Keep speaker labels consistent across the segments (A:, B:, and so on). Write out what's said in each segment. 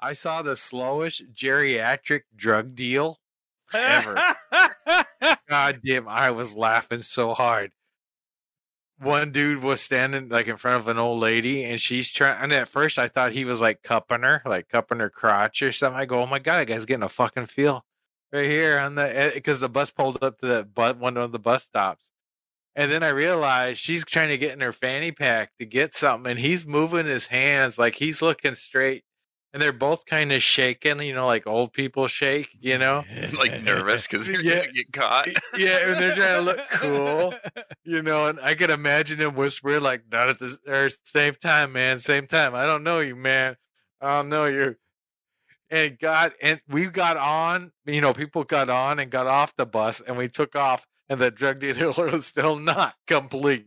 A: I saw the slowest geriatric drug deal ever. God damn, I was laughing so hard. One dude was standing like in front of an old lady, and she's trying. And at first, I thought he was like cupping her, like cupping her crotch or something. I go, "Oh my god, that guy's getting a fucking feel right here on the because the bus pulled up to the but one of the bus stops." And then I realized she's trying to get in her fanny pack to get something, and he's moving his hands like he's looking straight. And they're both kind of shaking, you know, like old people shake, you know.
B: like nervous because you're
A: Yeah.
B: gonna get caught.
A: yeah, and they're trying to look cool, you know. And I can imagine him whisper like, "Not at the or same time, man. Same time. I don't know you, man. I don't know you." And God, and we got on. You know, people got on and got off the bus, and we took off. And the drug dealer was still not complete.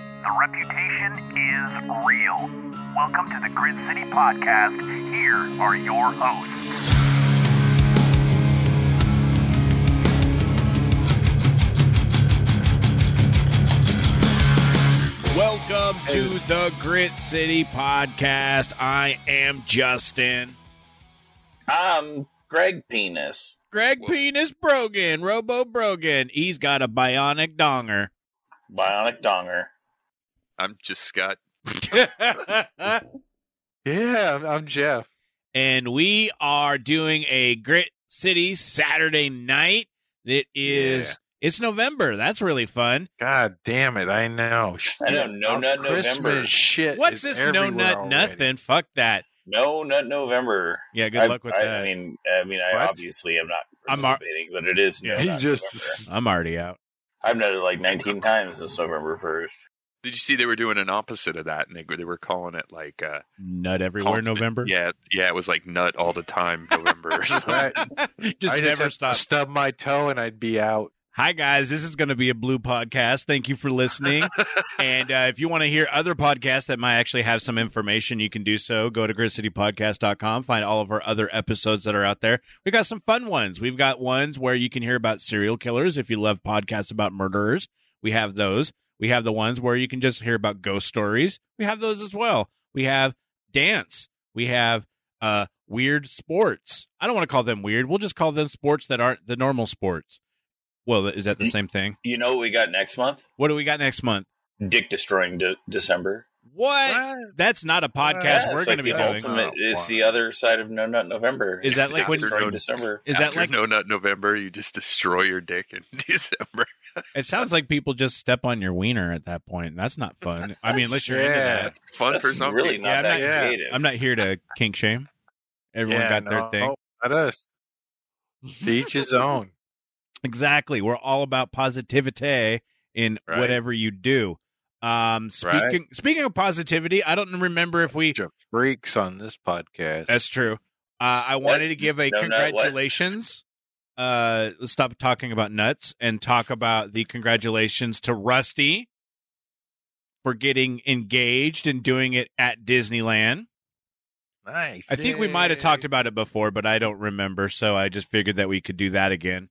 C: The reputation is real. Welcome to the Grid City Podcast. Here are your hosts.
D: Welcome to the Grit City Podcast. I am Justin.
E: I'm Um, Greg Penis.
D: Greg
B: Whoa.
D: Penis Brogan, Robo Brogan. He's got a bionic donger.
E: Bionic Donger.
B: I'm just Scott.
A: Yeah, I'm, I'm Jeff.
D: and we are doing a Grit City Saturday night. That is, it's November. That's really fun.
A: God damn it, I know.
E: I know,
A: Shit,
E: no
A: our
E: nut
A: Christmas
E: November.
A: Shit
D: What's
A: is
D: this no
A: everywhere
D: nut
A: already.
D: nothing? Fuck that.
E: No, not November.
D: Yeah, good
E: I-
D: luck with
E: I,
D: that.
E: I mean, I mean, I
A: What?
E: obviously am not
D: I'm ar-
E: participating, but it is.
D: Yeah,
E: no,
A: He
E: not
A: just
D: I'm already out.
E: November. I've noted like 19 times since November 1st.
B: Did you see they were doing an opposite of that, and they they were calling it like uh,
D: Nut everywhere
B: constant-
D: November.
B: Yeah, yeah, it was like nut all the time November. or something.
A: Right.
D: just
A: I
D: never
A: have to
D: stop.
A: Stub my toe and I'd be out.
D: Hi, guys. This is going to be a blue podcast. Thank you for listening. and uh, if you want to hear other podcasts that might actually have some information, you can do so. Go to gridcitypodcast.com, find all of our other episodes that are out there. We got some fun ones. We've got ones where you can hear about serial killers if you love podcasts about murderers. We have those. We have the ones where you can just hear about ghost stories. We have those as well. We have dance. We have uh, weird sports. I don't want to call them weird. We'll just call them sports that aren't the normal sports. Well, is that the same thing?
E: You know what we got next month?
D: What do we got next month?
E: Dick destroying de- December.
D: What? That's not a podcast
E: Yeah,
D: we're
E: it's
D: going
E: like
D: to be
E: the
D: doing.
E: Ultimate,
A: Oh,
E: it's
A: wow.
E: the other side of No Nut November.
D: Is that
E: It's
D: like
E: Dick
B: when-
E: destroying December?
D: Is that
B: After
D: like
B: no nut November? You just destroy your dick in December.
D: it sounds like people just step on your wiener at that point. That's not fun. I mean, unless you're into
A: Yeah.
D: that.
B: Fun
E: That's
B: for some
E: really
B: people.
E: not
D: Yeah, I'm
E: that
D: not-
A: yeah.
E: creative.
D: I'm not here to kink shame. Everyone
A: Yeah,
D: got their
A: no,
D: thing.
A: Not us. To each his own.
D: Exactly. We're all about positivity in
A: Right.
D: whatever you do. Um speaking
A: Right.
D: speaking of positivity, I don't remember if we
A: Bunch of freaks on this podcast.
D: That's true. Uh, I wanted to give a
E: No, not what?
D: congratulations. Uh, let's stop talking about nuts and talk about the congratulations to Rusty for getting engaged and doing it at Disneyland.
A: nice.
D: I think we might have talked about it before, but I don't remember, so I just figured that we could do that again.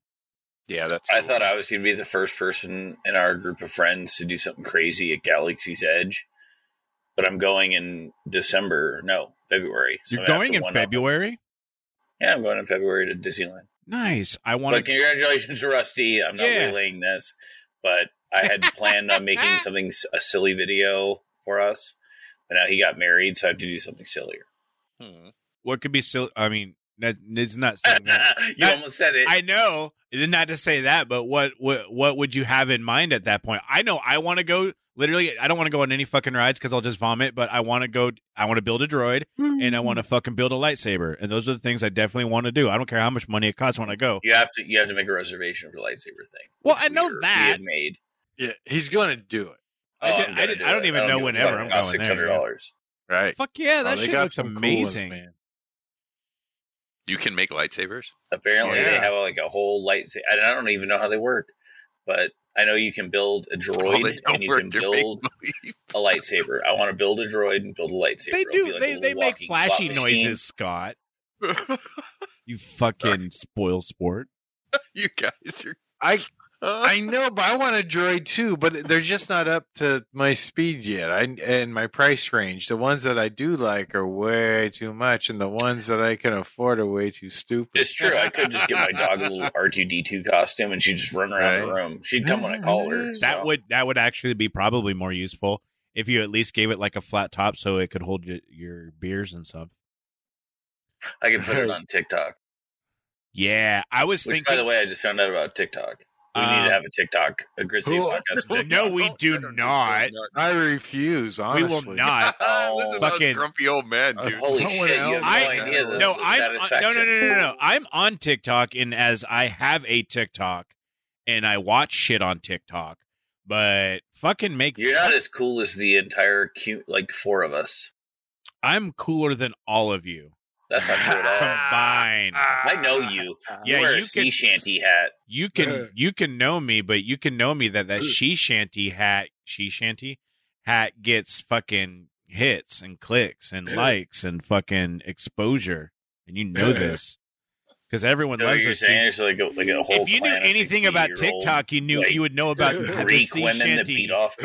B: Yeah, that's.
E: I
B: cool.
E: thought I was going to be the first person in our group of friends to do something crazy at Galaxy's Edge, but I'm going in December. No, February. So
D: You're
E: I'm gonna have
D: going
E: to
D: in
E: one up.
D: February.
E: Yeah, I'm going in February to Disneyland.
D: Nice. I want
E: But
D: to.
E: congratulations, Rusty. I'm not
D: Yeah.
E: relaying this, but I had planned on making something s- a silly video for us, but now he got married, so I have to do something sillier.
B: Hmm.
D: What could be still? I mean, that it's not saying that.
E: you
D: I-
E: almost said it.
D: I know, not to say that, but what what what would you have in mind at that point? I know I want to go. Literally, I don't want to go on any fucking rides because I'll just vomit. But I want to go. I want to build a droid and I want to fucking build a lightsaber. And those are the things I definitely want to do. I don't care how much money it costs when I go.
E: you have to you have to make a reservation for the lightsaber thing.
D: Well,
E: which
D: I know
E: we are- we
D: that.
E: had made.
A: Yeah, he's going to do it.
D: I,
E: Oh,
D: did,
E: I'm
D: I,
E: gonna
D: did,
E: do
D: I don't
E: it.
D: even
E: I
D: know
E: give a
D: whenever
E: fuck.
D: I'm going
E: Cost Six
D: there.
E: hundred dollars.
A: Right.
D: Fuck yeah,
A: Oh,
D: that
A: they
D: shit
A: got
D: looks
A: some cool ones,
D: amazing.
A: man.
B: You can make lightsabers.
E: Apparently, they
A: Yeah.
E: have like a whole light. And I don't even know how they work, but I know you can build a
B: Well,
E: droid
B: Oh, they don't
E: and you
B: work.
E: can
B: They're make
E: build
B: believe.
E: a lightsaber. I want to build a droid and build a lightsaber.
D: they
E: It'll
D: do.
E: be like a
D: they
E: little
D: they make
E: walking slot
D: flashy
E: machine.
D: noises, Scott. You fucking spoil sport.
B: you guys are.
A: I
B: Uh,
A: I know, but I want a droid too. But they're just not up to my speed yet. I and my price range. The ones that I do like are way too much, and the ones that I can afford are way too stupid.
E: It's true. I could just get my dog a little R two D two costume, and she'd just run around the
A: Right.
E: room. She'd come when I call her.
D: That
E: so.
D: would that would actually be probably more useful if you at least gave it like a flat top so it could hold your, your beers and stuff.
E: I could put it on TikTok.
D: Yeah, I was
E: Which, by
D: thinking.
E: the way, I just found out about TikTok. We need
D: Um,
E: to have a TikTok, a Grizzly
A: cool.
E: podcast.
D: No, we do not.
A: I refuse.
D: we
A: Honestly,
D: will not.
B: Listen to those
D: Fucking-
B: grumpy old man, dude.
A: Uh,
E: Holy
A: Someone
E: shit! You have
A: else.
E: no
D: I- uh,
E: idea. the-
D: no, I'm on,
E: the
D: no, no, no,
E: satisfaction.
D: no, no. I'm on TikTok, and as I have a TikTok, and I watch shit on TikTok, but fucking make
E: You're not as cool as the entire cute, like four of us.
D: I'm cooler than all of you
E: That's not true at all.
D: combined.
E: I know you. Ah, You
D: Yeah,
E: wear
D: you
E: a sea
D: could-
E: shanty hat.
D: You can you can know me, but you can know me that that she shanty hat she shanty hat gets fucking hits and clicks and likes and fucking exposure, and you know this because everyone
E: So
D: loves
E: you're
D: a sea-
E: saying there's like a, like a whole.
D: If you knew
E: clan of
D: anything about
E: 60-year-old
D: TikTok, you knew
E: like,
D: you would know about the
E: Greek
D: sea
E: women that
D: shanty.
E: beat off.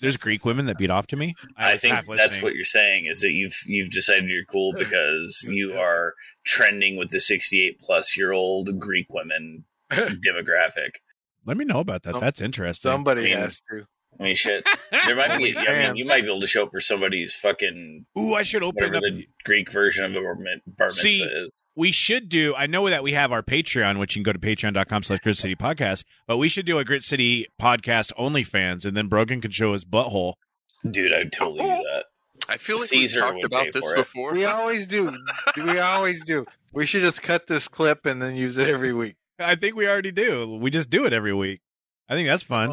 D: There's Greek women that beat off to me.
E: I
D: was
E: think
D: half
E: that's
D: listening.
E: what you're saying is that you've you've decided you're cool because you are trending with the 68 plus year old Greek women demographic.
D: Let me know about that.
A: Some-
D: That's interesting.
A: Somebody
E: I mean-
A: has to.
E: I mean, shit. There might be. I mean, you might be able to show up for somebody's fucking
D: Ooh, I should open
E: whatever
D: up.
E: the Greek version of a bar mit- bar mitzvah
D: See,
E: is.
D: we should do. I know that we have our Patreon, which you can go to patreon.com slash grit city podcast, but we should do a grit city podcast OnlyFans, and then Brogan can show his butthole.
E: Dude, I'd totally
D: oh.
E: do that.
B: I feel like
E: Caesar
B: we talked
E: would pay
B: about this
E: for it.
B: before.
A: We always do. We always do. We should just cut this clip and then use it every week.
D: I think we already do. We just do it every week. I think that's fun.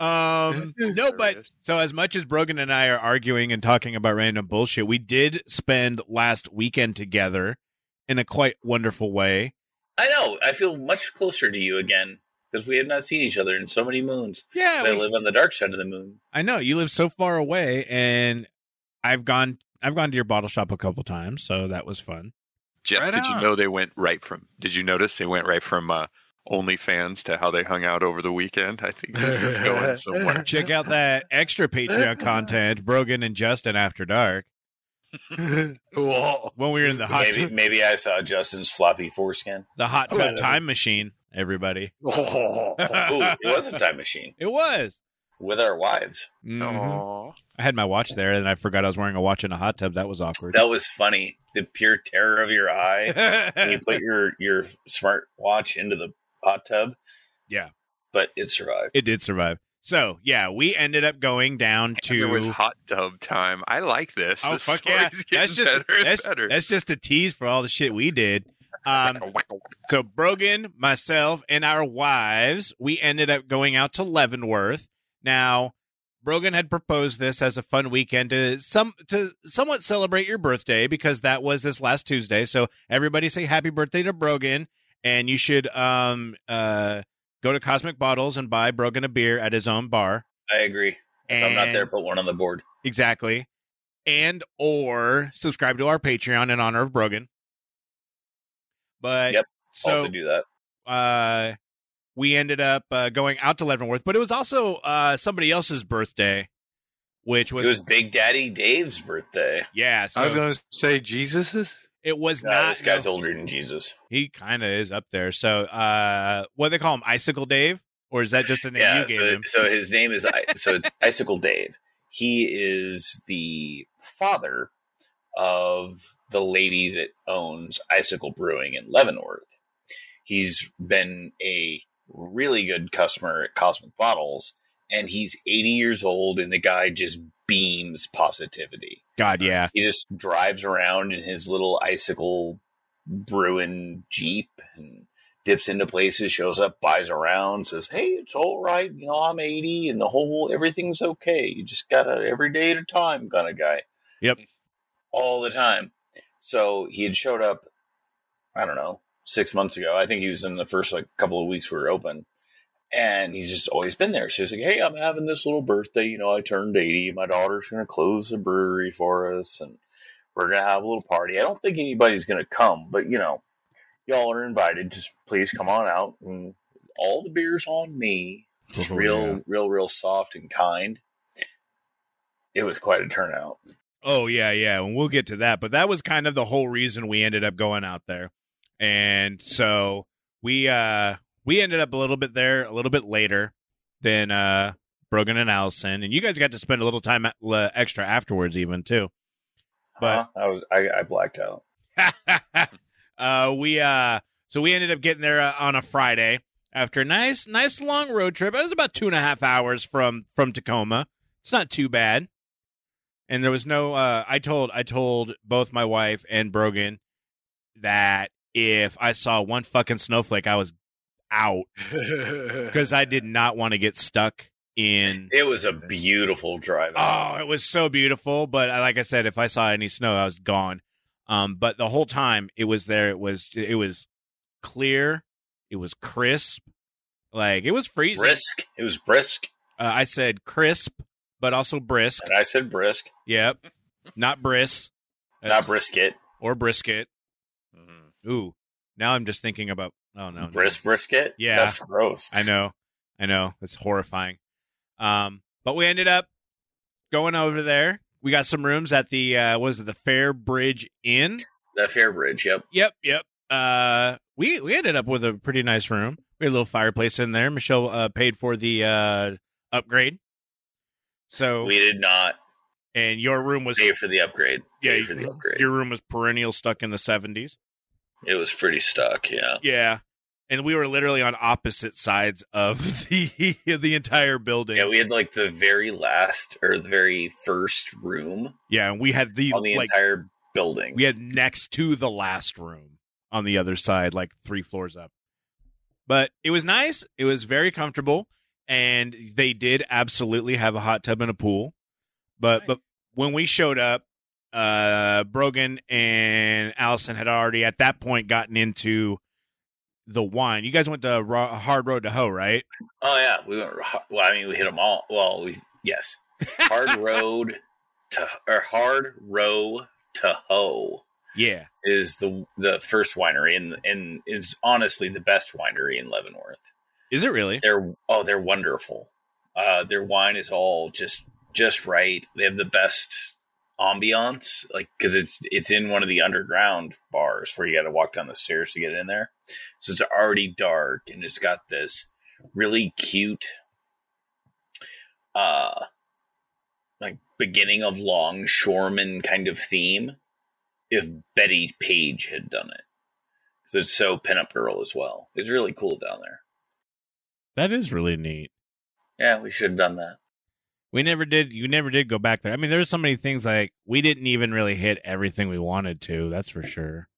D: Um, no, but So as much as Brogan and I are arguing and talking about random bullshit, we did spend last weekend together in a quite wonderful way.
E: I know. I feel much closer to you again because we have not seen each other in so many moons.
D: Yeah,
E: I live on the dark side of the moon.
D: I know you live so far away, and I've gone I've gone to your bottle shop a couple times, so that was fun.
B: Jeff,
A: Right
B: did you
A: on.
B: know they went right from? Did you notice they went right from uh, OnlyFans to how they hung out over the weekend? I think this is going somewhere.
D: Check out that extra Patreon content, Brogan and Justin after dark,
A: Whoa.
D: when we were in the hot
E: Maybe, maybe I saw Justin's floppy foreskin.
D: the hot
E: Oh,
D: tub
E: yeah.
D: time machine. Everybody,
B: Oh,
E: Ooh, it was a time machine
D: it was.
E: with our wives.
D: Mhm.
B: Aw.
D: I had my watch there, and I forgot I was wearing a watch in a hot tub. That was awkward.
E: That was funny. The pure terror of your eye when you put your your smart watch into the hot tub.
D: Yeah.
E: but it survived.
D: It did survive. So yeah, we ended up going down to.
B: There was hot tub time. I like this.
D: Oh,
B: This
D: fuck yeah.
B: story's getting
D: That's just
B: better and
D: that's,
B: better.
D: that's just a tease for all the shit we did. Um, so Brogan, myself, and our wives, we ended up going out to Leavenworth. Now, Brogan had proposed this as a fun weekend to some to somewhat celebrate your birthday because that was this last Tuesday. So everybody say happy birthday to Brogan, and you should um uh go to Cosmic Bottles and buy Brogan a beer at his own bar.
E: I agree. If
D: And
E: I'm not there. Put one on the board.
D: Exactly. And or subscribe to our Patreon in honor of Brogan. But
E: Yep.
D: so
E: also do that.
D: uh we ended up uh, going out to Leavenworth, but it was also uh somebody else's birthday, which was,
E: it was Big Daddy Dave's birthday.
D: yeah, so
A: I was going to say Jesus's.
D: it was
E: Nah,
D: not
E: this guy's
D: no,
E: older than Jesus.
D: he kind of is up there. So uh what do they call him Icicle Dave or is that just a name
E: yeah.
D: you gave
E: So,
D: him?
E: so his name is I- so it's Icicle Dave. He is the father of the lady that owns Icicle Brewing in Leavenworth. He's been a really good customer at Cosmic Bottles, and he's 80 years old, and the guy just beams positivity.
D: God, yeah.
E: he just drives around in his little icicle brewing jeep and dips into places, shows up, buys around, says, "Hey, it's all right. You know, I'm 80, and the whole everything's okay. You just gotta every day at a time, kind of guy."
D: Yep.
E: all the time. So he had showed up. I don't know six months ago. I think he was in the first like couple of weeks we were open, and he's just always been there. So he's like, "Hey, I'm having this little birthday. You know, I turned 80. My daughter's gonna close the brewery for us, and we're gonna have a little party. I don't think anybody's gonna come, but you know." y'all are invited. Just please come on out. And all the beers on me. Just
D: Oh,
E: real,
D: yeah.
E: real, real soft and kind. It was quite a turnout.
D: Oh yeah, yeah, and we'll get to that. But that was kind of the whole reason we ended up going out there, and so we uh we ended up a little bit there, a little bit later than uh Brogan and Allison, and you guys got to spend a little time at- le- extra afterwards, even too. But-
E: Huh? I was, I, I blacked out.
D: uh, we uh so we ended up getting there uh, on a Friday after a nice nice long road trip. It was about two and a half hours from from Tacoma. It's not too bad. And there was no uh I told I told both my wife and Brogan that if I saw one fucking snowflake I was out because I did not want to get stuck in
E: It was a beautiful drive.
D: Oh, it was so beautiful. But I- like I said, if I saw any snow, I was gone. Um, but the whole time it was there, it was it was clear, it was crisp, like it was freezing.
E: brisk. It was brisk,
D: Uh, I said crisp, but also brisk.
E: and I said brisk,
D: Yep, not bris,
E: not brisket.
D: or brisket.
B: Mhm.
D: Ooh, now I'm just thinking about. Oh no, no.
E: Brisk brisket.
D: Yeah.
E: that's gross.
D: I know. I know. It's horrifying. Um, but we ended up going over there. We got some rooms at the uh what was it, the Fairbridge Inn?
E: The Fairbridge. Yep.
D: Yep, yep. Uh we we ended up with a pretty nice room. We had a little fireplace in there. Michelle uh paid for the uh upgrade. So
E: We did not
D: and your room was
E: pay for the upgrade.
D: Yeah,
E: Pay
D: you-
E: for the upgrade.
D: your room was perennial stuck in the 70s.
E: It was pretty stuck. Yeah.
D: Yeah. And we were literally on opposite sides of the the entire building.
E: Yeah, we had like the very last or the very first room
D: yeah, and we had the
E: on the
D: like
E: entire building.
D: we had next to the last room on the other side, like three floors up. But it was nice. It was very comfortable, and they did absolutely have a hot tub and a pool. But but when we showed up, uh, Brogan and Allison had already at that point gotten into the wine. You guys went to Ro- Hard Road to Hoe, right?
E: oh yeah, we went. Well, I mean, we hit them all. Well, we yes, hard road to or hard row to hoe
D: Yeah,
E: is the the first winery and and is honestly the best winery in Leavenworth.
D: is it really?
E: They're oh they're wonderful. Uh, their wine is all just just right. They have the best ambiance, like because it's it's in one of the underground bars where you got to walk down the stairs to get in there. So it's already dark and it's got this really cute, uh, like beginning of longshoreman kind of theme. If Betty Page had done it, 'Cause it's so pinup girl as well. It's really cool down there.
D: That is really neat.
E: Yeah, we should have done that.
D: We never did. You never did go back there. I mean, there's so many things like we didn't even really hit everything we wanted to. That's for sure.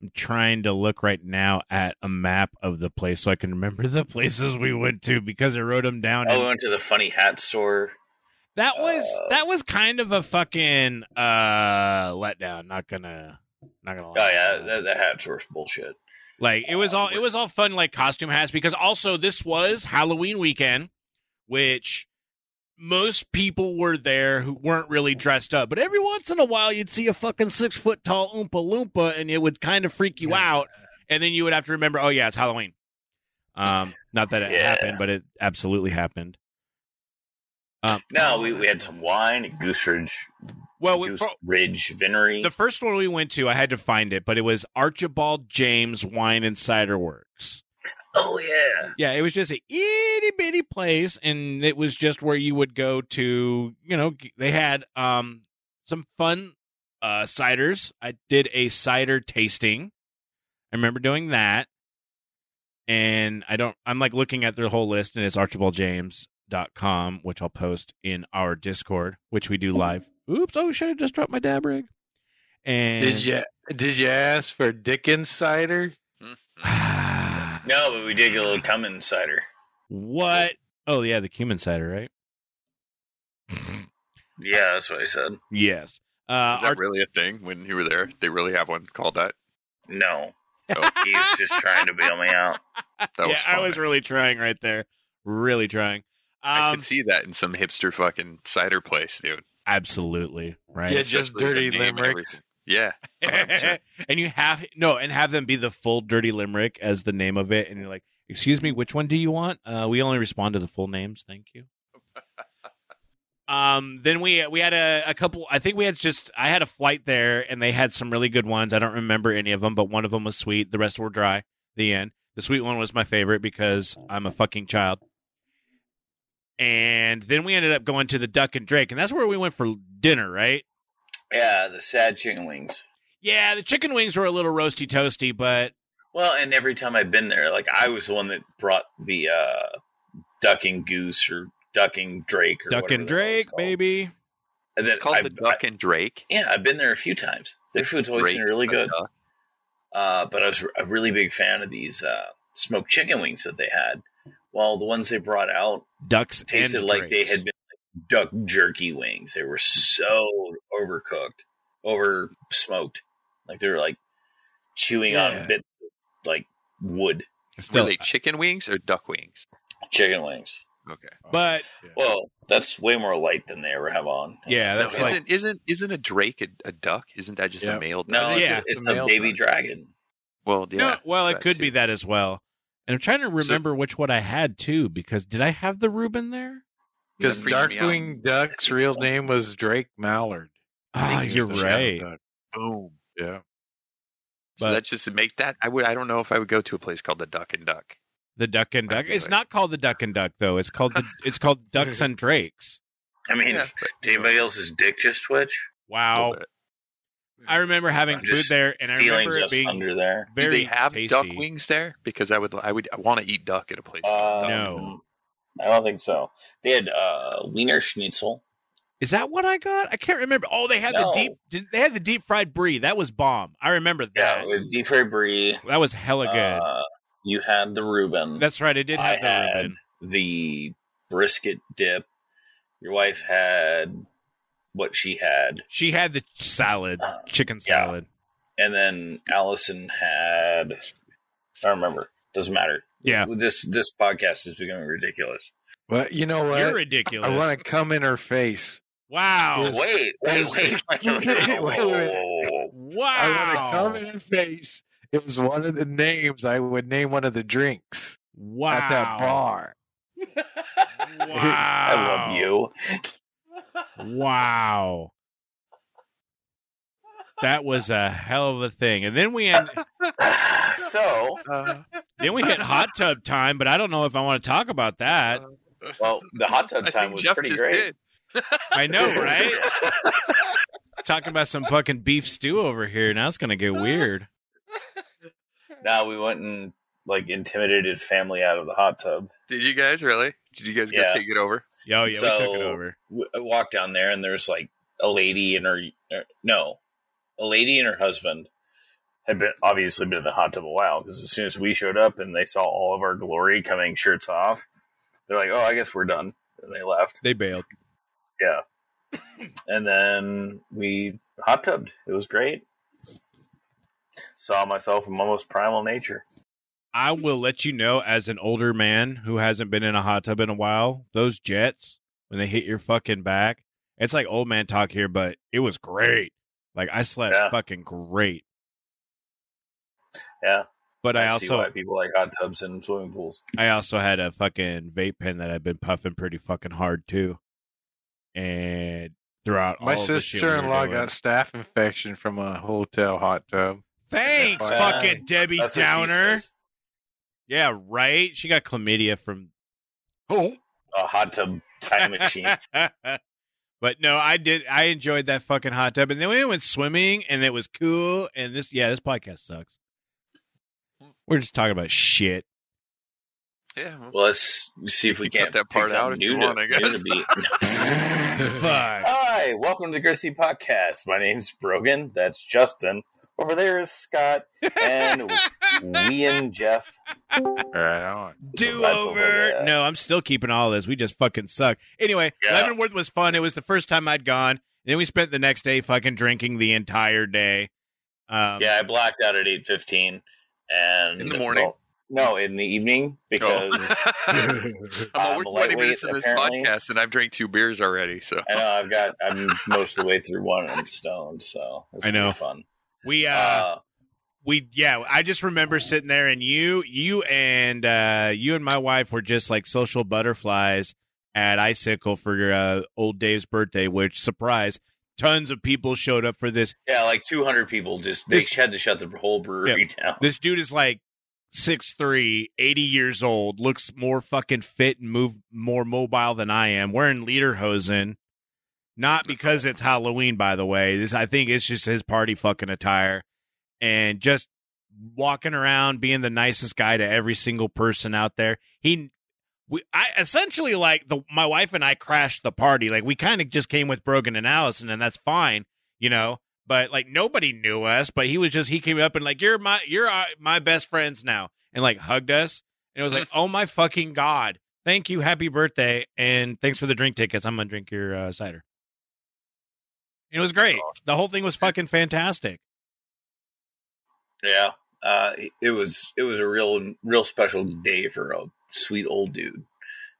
D: I'm trying to look right now at a map of the place so I can remember the places we went to because I wrote them down.
E: Oh,
D: and-
E: we went to the funny hat store.
D: that was
E: uh,
D: that was kind of a fucking uh letdown. Not gonna not gonna.
E: Oh
D: lie.
E: yeah, that, that hat store's bullshit.
D: Like it was all it was all fun like costume hats because also this was Halloween weekend, which most people were there who weren't really dressed up. But every once in a while you'd see a fucking six foot tall Oompa Loompa and it would kind of freak you out. And then you would have to remember, oh yeah, it's Halloween. Um not that it
E: Yeah.
D: happened, but it absolutely happened.
E: No, we, we had some wine at Goose Ridge,
D: Well, we-
E: Goose
D: for-
E: Ridge Vinery.
D: the first one we went to, I had to find it, but it was Archibald James Wine and Cider Works.
E: oh yeah,
D: Yeah, it was just a itty bitty place, and it was just where you would go to. You know, g- they had um some fun uh ciders. I did a cider tasting. I remember doing that, and I don't. I'm like looking at their whole list, and it's ArchibaldJames.com, which I'll post in our Discord, which we do live. Oops! Oh, should have just dropped my dab rig. And
A: Did you did you ask for Dick Insider?
B: Mhm.
E: No, but we did get a little Cummins cider.
D: what? Oh yeah, the cumin cider, right?
E: Yeah, that's what I said.
D: Yes. Uh,
B: Is that
D: our-
B: really a thing? When you were there, they really have one called that.
E: No, he was just trying to bail me out.
B: That
D: yeah,
B: was
D: I
B: fun.
D: was really trying right there, really trying.
B: I
D: Um,
B: could see that in some hipster fucking cider place, dude.
D: absolutely right.
A: Yeah, just
B: Especially the
A: dirty
B: name and
A: limericks.
B: everything. Yeah, 100%.
D: and you have no, and have them be the full dirty limerick as the name of it, and you're like, "Excuse me, which one do you want?" Uh, we only respond to the full names, thank you. um, then we we had a, a couple. I think we had just I had a flight there, and they had some really good ones. I don't remember any of them, but one of them was sweet. The rest were dry. The end. The sweet one was my favorite because I'm a fucking child. And then we ended up going to the Duck and Drake, and that's where we went for dinner, right?
E: Yeah, the sad chicken wings.
D: Yeah, the chicken wings were a little roasty toasty, but
E: Well, and every time I've been there, like I was the one that brought the uh, ducking goose or ducking Drake or
D: Duck
E: whatever
D: and
E: the hell it's
D: Drake,
E: called.
D: baby.
E: And then
B: it's called
E: I-
B: the Duck and Drake.
E: I- yeah, I've been there a few times. Their food's always
B: Drake
E: been really
B: the
E: good.
B: Duck.
E: Uh, but I was a really big fan of these uh, smoked chicken wings that they had. Well, the ones they brought out
D: Ducks
E: tasted
D: and
E: like they
D: Drakes.
E: had been like duck jerky wings. They were so overcooked, over smoked. Like they were like chewing
A: Yeah.
E: on bits of like wood
B: Were
D: Still,
B: they chicken wings or duck wings?
E: chicken wings.
B: Okay.
D: but
E: Well, that's way more light than they ever have on.
D: yeah,
B: So
D: that's
B: isn't
D: like
B: isn't isn't a drake a, a duck? Isn't that just
A: Yeah.
B: a male? Duck?
E: No, it's,
D: Yeah.
E: it's
A: The
E: a
A: male
E: baby
A: duck.
E: dragon.
B: Well, yeah.
D: no. Well,
B: it's
D: it could
B: too.
D: be that as well. And I'm trying to remember which one I had too, because did I have the Reuben there?
A: Because
B: That freaked me out.
A: Darkwing Duck's real name was Drake Mallard.
D: Ah,
A: He was
D: you're
A: the Shadow
D: right.
A: Duck.
B: Boom.
A: Yeah.
B: So
D: But-
B: that just make that. I would. I don't know if I would go to a place called the Duck and Duck.
D: The Duck and Duck.
B: Okay,
D: It's
B: wait.
D: not called the Duck and Duck though. It's called the it's called Ducks and Drakes.
E: I mean,
B: Yeah, but-
E: did anybody else's dick just twitch?
D: Wow. I remember having
E: I'm
D: food
E: just
D: there, and I
E: Stealing
D: remember it
E: just
D: being
E: under there.
B: Do
D: very
B: they have
D: tasty.
B: duck wings there? Because I would. I would want to eat duck at a place. called
E: Um,
B: Duck.
D: No.
E: I don't think so. They had uh, Wiener Schnitzel.
D: Is that what I got? I can't remember. Oh, they had
E: No.
D: the deep. did- They had the deep fried brie. That was bomb. I remember that.
E: Yeah, with deep fried brie.
D: that was hella good.
E: Uh, you had the Reuben.
D: That's right. I did
E: I
D: have the
E: had
D: ribbon.
E: the brisket dip. Your wife had what she had,
D: She had the salad,
E: Uh,
D: chicken
E: yeah.
D: salad.
E: and then Allison had. I don't remember. Doesn't matter.
D: Yeah.
E: This this podcast is becoming ridiculous.
A: Well, you know
D: You're
A: what?
D: ridiculous.
A: I want to come in her face.
D: wow.
A: Here's-
E: Wait, wait, wait. wait, wait, wait,
A: Wait a minute.
E: whoa.
D: Wow.
A: I want to come in her face. It was one of the names I would name one of the drinks
D: wow.
A: at that bar.
D: Wow.
E: I love you.
D: Wow. That was a hell of a thing. And then we end,
E: so,
D: then we hit hot tub time, but I don't know if I want to talk about that.
E: well, the hot tub
B: I
E: time
B: think
E: was
B: Jeff
E: pretty
B: just
E: great.
B: did.
D: I know, right? Talking about some fucking beef stew over here. Now it's going to get weird.
E: Now we went and like intimidated family out of the hot tub.
B: Did you guys really? Did you guys go
E: Yeah.
B: take it over?
D: Oh, yeah, we took it
E: So-
D: over.
E: w- I walked down there and there's like a lady and her er, no, a lady and her husband had been obviously been in the hot tub a while because as soon as we showed up and they saw all of our glory coming shirts off, they're like, "Oh, I guess we're done," and they left.
D: They bailed.
E: And then we hot tubbed. It was great. Saw myself in almost primal nature.
D: I will let you know as an older man who hasn't been in a hot tub in a while, those jets, when they hit your fucking back, it's like old man talk here, but it was great. Like I slept
E: Yeah.
D: fucking great.
E: Yeah,
D: But I,
E: see why
D: also
E: people like hot tubs and swimming pools.
D: I also had a fucking vape pen that I've been puffing pretty fucking hard too. And throughout
A: My
D: all of the shit we were
A: sister in law
D: doing-
A: got staph infection from a hotel hot tub.
D: Thanks,
E: Yeah.
D: fucking Debbie
E: That's what she
D: Downer.
E: says.
D: Yeah, right. She got chlamydia from
A: Oh,
E: A hot tub time machine.
D: but no, I did. I enjoyed that fucking hot tub, and then we went swimming, and it was cool. And this, yeah, this podcast sucks. We're just talking about shit.
B: Yeah. well,
E: Well, let's see if we
B: You
E: can't
B: cut that part
E: pick
B: out
E: something
B: if you
E: new
B: want,
E: to,
B: I guess.
E: new to be.
D: Fuck.
E: Hi, welcome to the Grissy Podcast. My name's Brogan. That's Justin. Over there is Scott, and we and Jeff
A: Right on.
D: Do
E: That's a little
D: over.
E: bit.
D: No, I'm still keeping all this. We just fucking suck. Anyway,
E: Yeah.
D: Leavenworth was fun. It was the first time I'd gone. Then we spent the next day fucking drinking the entire day. Um,
E: yeah, I blacked out at eight fifteen, and
B: In the morning? Oh.
E: well, no, in the evening because
B: I'm over 20
E: I'm
B: minutes
E: Uh, lightweight,
B: of this
E: apparently.
B: podcast and I've drank two beers already. So
E: I know I've got I'm most of the way through one and I'm stoned, so it's
D: I
E: gonna be
D: know.
E: fun.
D: we uh,
E: Uh,
D: we yeah. I just remember sitting there and you you and uh, you and my wife were just like social butterflies at Icicle for uh, old Dave's birthday. Which surprise, tons of people showed up for this.
E: yeah, like two hundred people just they
D: This-
E: had to shut the whole brewery down.
D: This dude is like 6'3, 80 years old, looks more fucking fit and move more mobile than I am, wearing lederhosen. Not because it's Halloween, by the way. This I think it's just his party fucking attire. And just walking around being the nicest guy to every single person out there. He we I essentially like the my wife and I crashed the party. Like we kind of just came with Brogan and Allison and that's fine, you know but like nobody knew us but he was just he came up and like you're my you're our, my best friends now and like hugged us and it was like oh my fucking god thank you happy birthday and thanks for the drink tickets i'm gonna drink your uh, cider it was great
B: awesome.
D: the whole thing was fucking fantastic
E: Yeah. Uh, it was it was a real real special day for a sweet old dude.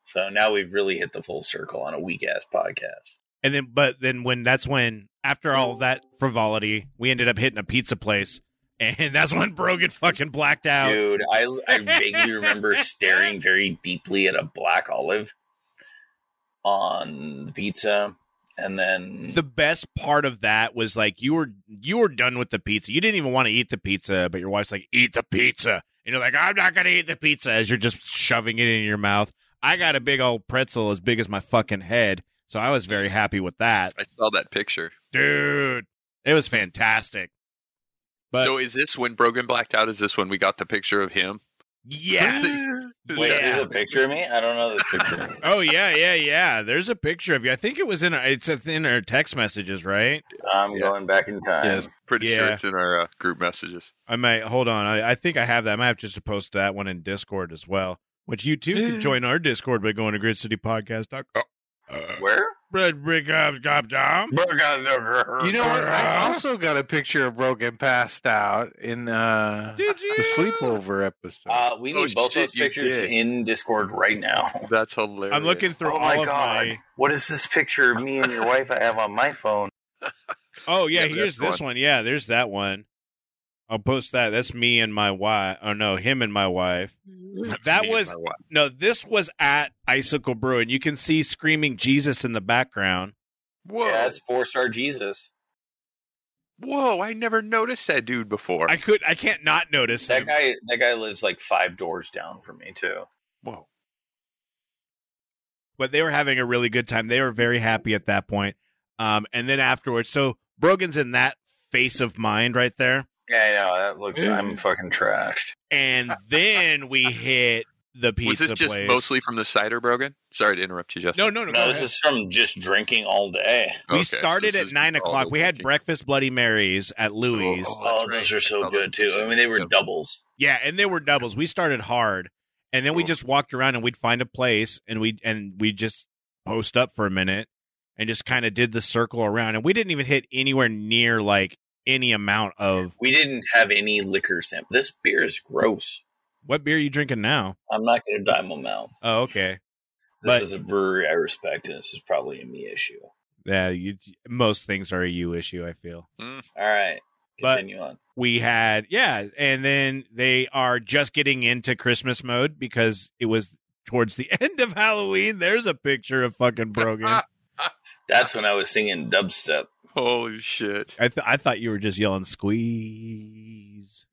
E: So now we've really hit the full circle on a weak ass podcast.
D: and then but then when that's when after all that frivolity we ended up hitting a pizza place and that's when brogan fucking blacked out
E: Dude, I I vaguely remember staring very deeply at a black olive on the pizza and then
D: the best part of that was like you were you were done with the pizza. You didn't even want to eat the pizza, but your wife's like, "Eat the pizza," and you're like, "I'm not gonna eat the pizza." As you're just shoving it in your mouth. I got a big old pretzel as big as my fucking head, so I was very happy with that,
B: I saw that picture.
D: dude. It was fantastic. But
B: so is this when Brogan blacked out? Is this when we got the picture of him?
D: yes,
E: Wait,
D: yeah.
E: there's a picture of me? I don't know this picture.
D: oh yeah, yeah, yeah. There's a picture of you. I think it was in our, it's in our text messages, right?
E: I'm
B: Yeah.
E: going back in time.
A: Yes.
B: Pretty sure
D: Yeah.
B: it's in our uh, group messages.
D: I might hold on. I, I think I have that. I might have just to post that one in Discord as well. Which you too can join our Discord by going to gridcitypodcast.com.
E: Where?
D: Bread brick up, drop down.
A: You know what? I also got a picture of Brogan passed out in uh,
D: Did you?
A: the sleepover episode.
E: Uh, we
B: Oh,
E: need both
B: shit,
E: those
B: you
E: pictures
B: did.
E: in Discord right now.
B: That's hilarious.
D: I'm looking through
E: Oh
D: all
E: my
D: of
E: god.
D: my.
E: What is this picture of me and your wife I have on my phone?
D: Oh yeah,
B: Yeah, but
D: here's
B: that's
D: this one. Yeah, there's that one. I'll post that. That's me and my wife. Oh no, him and my wife.
B: That's
D: that
B: me
D: was-
B: and my wife.
D: No, this was at Icicle Brew, and you can see screaming Jesus in the background.
B: Whoa.
E: Yeah, that's four star Jesus.
B: Whoa, I never noticed that dude before.
D: I could, I can't not notice
E: That
D: him.
E: guy that guy lives like five doors down from me too.
B: Whoa.
D: but they were having a really good time. They were very happy at that point. Um, and then afterwards, so Brogan's in that face of mind right there.
E: Yeah, I know. That looks I'm fucking trashed.
D: And then we hit the pizza
B: was this just
D: place.
B: mostly from the cider, Brogan? Sorry to interrupt you, Justin.
D: no, no, no,
E: No,
D: no.
E: this is from just drinking all day.
D: we
B: Okay, so
D: started
B: this
D: at
B: is
D: nine
B: all the
D: o'clock. We had
B: drinking.
D: breakfast Bloody Marys at Louie's.
B: Oh, that's
E: Oh, those
B: right.
E: are so
B: Oh, those
E: good too.
B: are
E: I mean, they were
B: good.
E: doubles.
D: Yeah, and they were doubles. We started hard, and then we
B: Cool.
D: just walked around and we'd find a place and we and we just post up for a minute and just kind of did the circle around, and we didn't even hit anywhere near like any amount of
E: We didn't have any liquor sample. This beer is gross.
D: what beer are you drinking now?
E: I'm not going to dime them out.
D: Oh, okay.
E: This
D: But-
E: is a brewery I respect, and this is probably a me issue.
D: Yeah, you, most things are a you issue. I feel
E: All right,
D: But-
E: continue on.
D: we had yeah, and then they are just getting into Christmas mode because it was towards the end of Halloween. There's a picture of fucking Brogan.
E: That's when I was singing dubstep.
B: Holy shit.
D: I th- I thought you were just yelling squeeze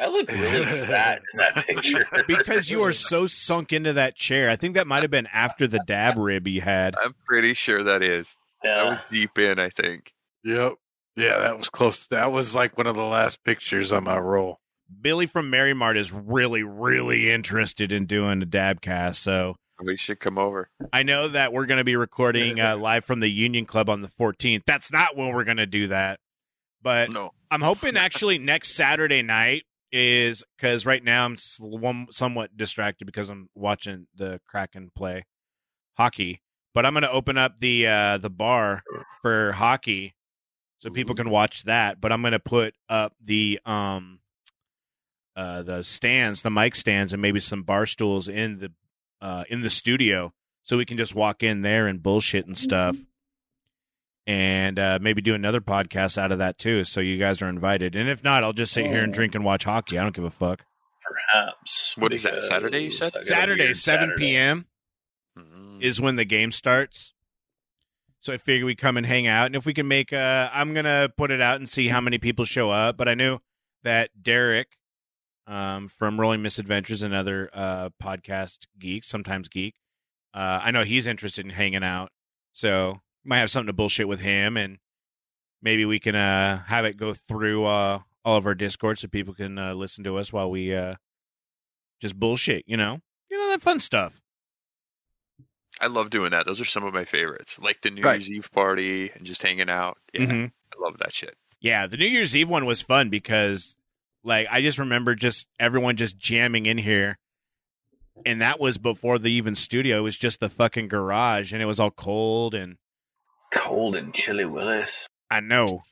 E: I look really fat in that picture.
D: because you are so sunk into that chair. I think that might have been after the dab rib you had.
B: I'm pretty sure that is. I was
E: Yeah.
B: deep in, I think.
A: yep. Yeah, that was close. That was like one of the last pictures on my roll.
D: Billy from Mary Mart is really really interested in doing a dab cast, so
B: We should come over.
D: I know that we're going to be recording uh, live from the Union Club on the 14th. That's not when we're going to do that. But
B: No.
D: I'm hoping actually next Saturday night is because right now I'm slum- somewhat distracted because I'm watching the Kraken play hockey. But I'm going to open up the uh, the bar for hockey so people can watch that. But I'm going to put up the um uh, the stands, the mic stands, and maybe some bar stools in the uh, in the studio so we can just walk in there and bullshit and stuff. And uh, maybe do another podcast out of that too. So you guys are invited. And if not, I'll just sit here and drink and watch hockey. I don't give a fuck.
E: perhaps.
B: What is that, Saturday, you
E: because
B: said?
E: I got a
D: Saturday,
E: weird
D: 7
E: Saturday.
D: p.m.
B: Mm.
D: is when the game starts. So I figure we come and hang out, and if we can make, uh, I'm gonna put it out and see how many people show up. But I knew that Derek um, from Rolling Misadventures and other uh, podcast geeks, sometimes geek, uh, I know he's interested in hanging out. So might have something to bullshit with him, and maybe we can uh, have it go through uh, all of our Discord so people can uh, listen to us while we uh, just bullshit. You know, you know that fun stuff.
B: I love doing that. Those are some of my favorites, like the New
A: Right.
B: Year's Eve party and just hanging out. Yeah,
D: Mhm.
B: I love that shit.
D: Yeah, the New Year's Eve one was fun because like I just remember just everyone just jamming in here. And that was before the even studio. It was just the fucking garage and it was all cold and
E: Cold and chilly, Willis.
D: I know.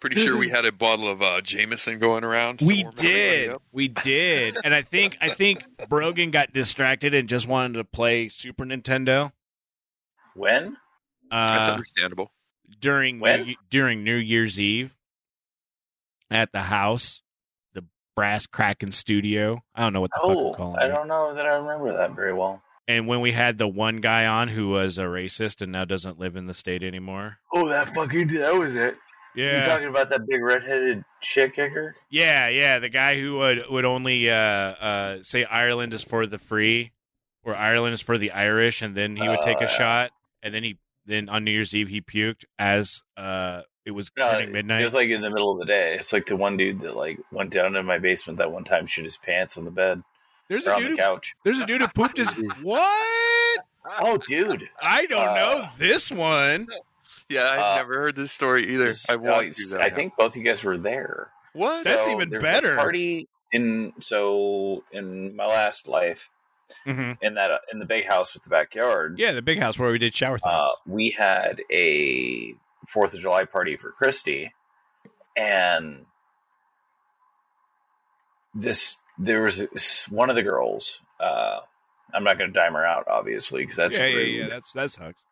B: Pretty sure we had a bottle of uh, Jameson going around. to
D: We
B: warm everybody
D: did.
B: up.
D: We did. And I think I think Brogan got distracted and just wanted to play Super Nintendo
E: When?
B: That's
D: uh,
B: understandable.
D: during
E: When?
D: New- during New Year's Eve at the house, the Brass Kraken Studio. I don't know what the fuck
E: Oh,
D: we're calling
E: I
D: it.
E: don't know that I remember that very well.
D: and when we had the one guy on who was a racist and now doesn't live in the state anymore.
E: Oh, that fucking that was it. You
D: Yeah,
E: talking about that big redheaded shit kicker?
D: yeah, yeah. The guy who would would only uh, uh, say Ireland is for the free, or Ireland is for the Irish, and then he would take a
E: Oh, yeah.
D: shot, and then he then on New Year's Eve he puked as uh, it was
E: No,
D: turning midnight.
E: It was like in the middle of the day. It's like the one dude that like went down to my basement that one time, shit his pants on the bed
D: there's
E: or on the couch.
D: there's a dude who pooped his what?
E: Oh, dude.
D: I don't
E: Uh,
D: know this one.
B: Yeah, I've
E: Uh,
B: never heard this story either.
E: This-
B: I walked through
E: uh,
B: that.
E: I think both you guys were there.
B: what?
D: That's
E: So
D: even
E: there's a
D: better.
E: Party in so in my last life
D: hmm
E: in that uh, in the big house with the backyard.
D: Yeah, the big house where we did shower things.
E: uh, we had a Fourth of July party for Christy, and this there was this- one of the girls. Uh, I'm not going to dime her out, obviously, because that's
D: yeah, yeah,
E: rude.
D: yeah. That's that sucks.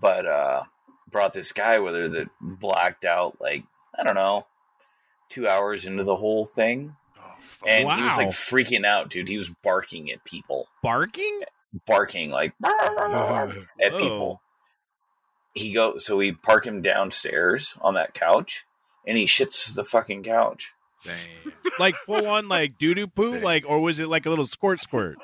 E: But uh, brought this guy with her that blacked out like I don't know, two hours into the whole thing,
B: Oh, fuck.
E: and he was
D: Wow.
E: like freaking out, dude. He was barking at people,
D: Barking.
E: barking like at
D: Whoa.
E: people. He go so we park him downstairs on that couch, and he shits the fucking couch.
D: like full on like doo doo poo,
B: Dang.
D: like or was it like a little squirt squirt?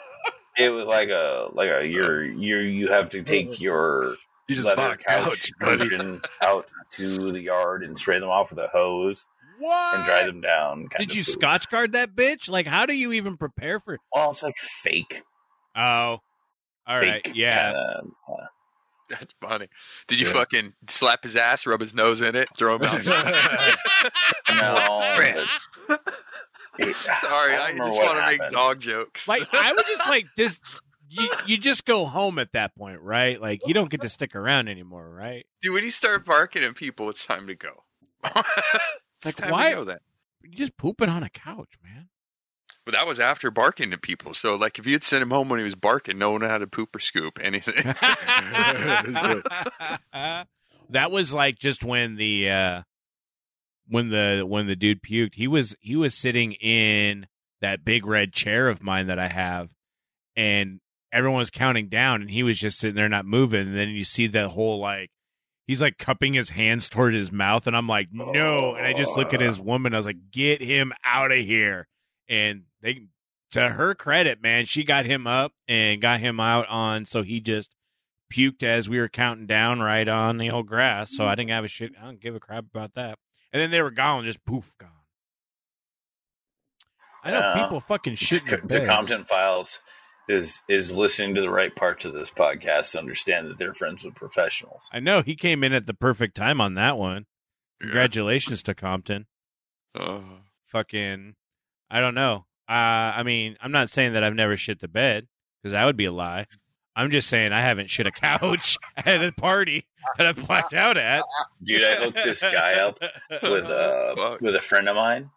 E: It was like a like a you're you you have to
B: Mm-hmm.
E: take your
A: You just bought
E: leather
A: a couch,
E: couch
A: buddy.
E: cushions out to the yard and spray them off with a hose
D: What?
E: and dry them down. kind
D: Did
E: of
D: you
E: poop.
D: scotch guard that bitch? Like, how do you even prepare for?
E: Well, it's like fake.
D: Oh, all right,
E: fake
D: yeah.
E: kinda-
B: That's funny. Did you fucking slap his ass, rub his nose in it, throw him out?
E: no. but-
B: Sorry, I,
E: don't
B: just
E: remember what
B: want to make
E: happened.
B: dog jokes.
D: Like, I would just like just you, you just go home at that point, right? Like, you don't get to stick around anymore, right?
B: Dude, when you start barking at people, it's time to go. It's
D: Like,
B: time to
D: why-
B: go then.
D: You're just pooping on a couch, man.
B: But that was after barking at people. So, like, if you'd sent him home when he was barking, no one had to poop or scoop anything.
D: that was like just when the uh when the when the dude puked he was he was sitting in that big red chair of mine that i have and everyone was counting down and he was just sitting there not moving and then you see the whole like he's like cupping his hands toward his mouth and i'm like no and i just look at his woman i was like get him out of here and they to her credit man she got him up and got him out on so he just puked as we were counting down right on the old grass
E: Mm-hmm.
D: so i didn't have a shit i don't give a crap about that and then they were gone just poof gone i know
E: Yeah.
D: people fucking shit in
E: to,
D: their
E: to
D: beds.
E: Compton Files is is listening to the right parts of this podcast to understand that they're friends with professionals.
D: I know he came in at the perfect time on that one. Congratulations to Compton.
B: Oh.
D: Fucking I don't know. Uh, I mean, I'm not saying that I've never shit the bed because that would be a lie. I'm just saying I haven't shit a couch at a party that I've blacked out at.
E: Dude, I hooked this guy up with uh, a
B: Fuck.
E: with a friend of mine,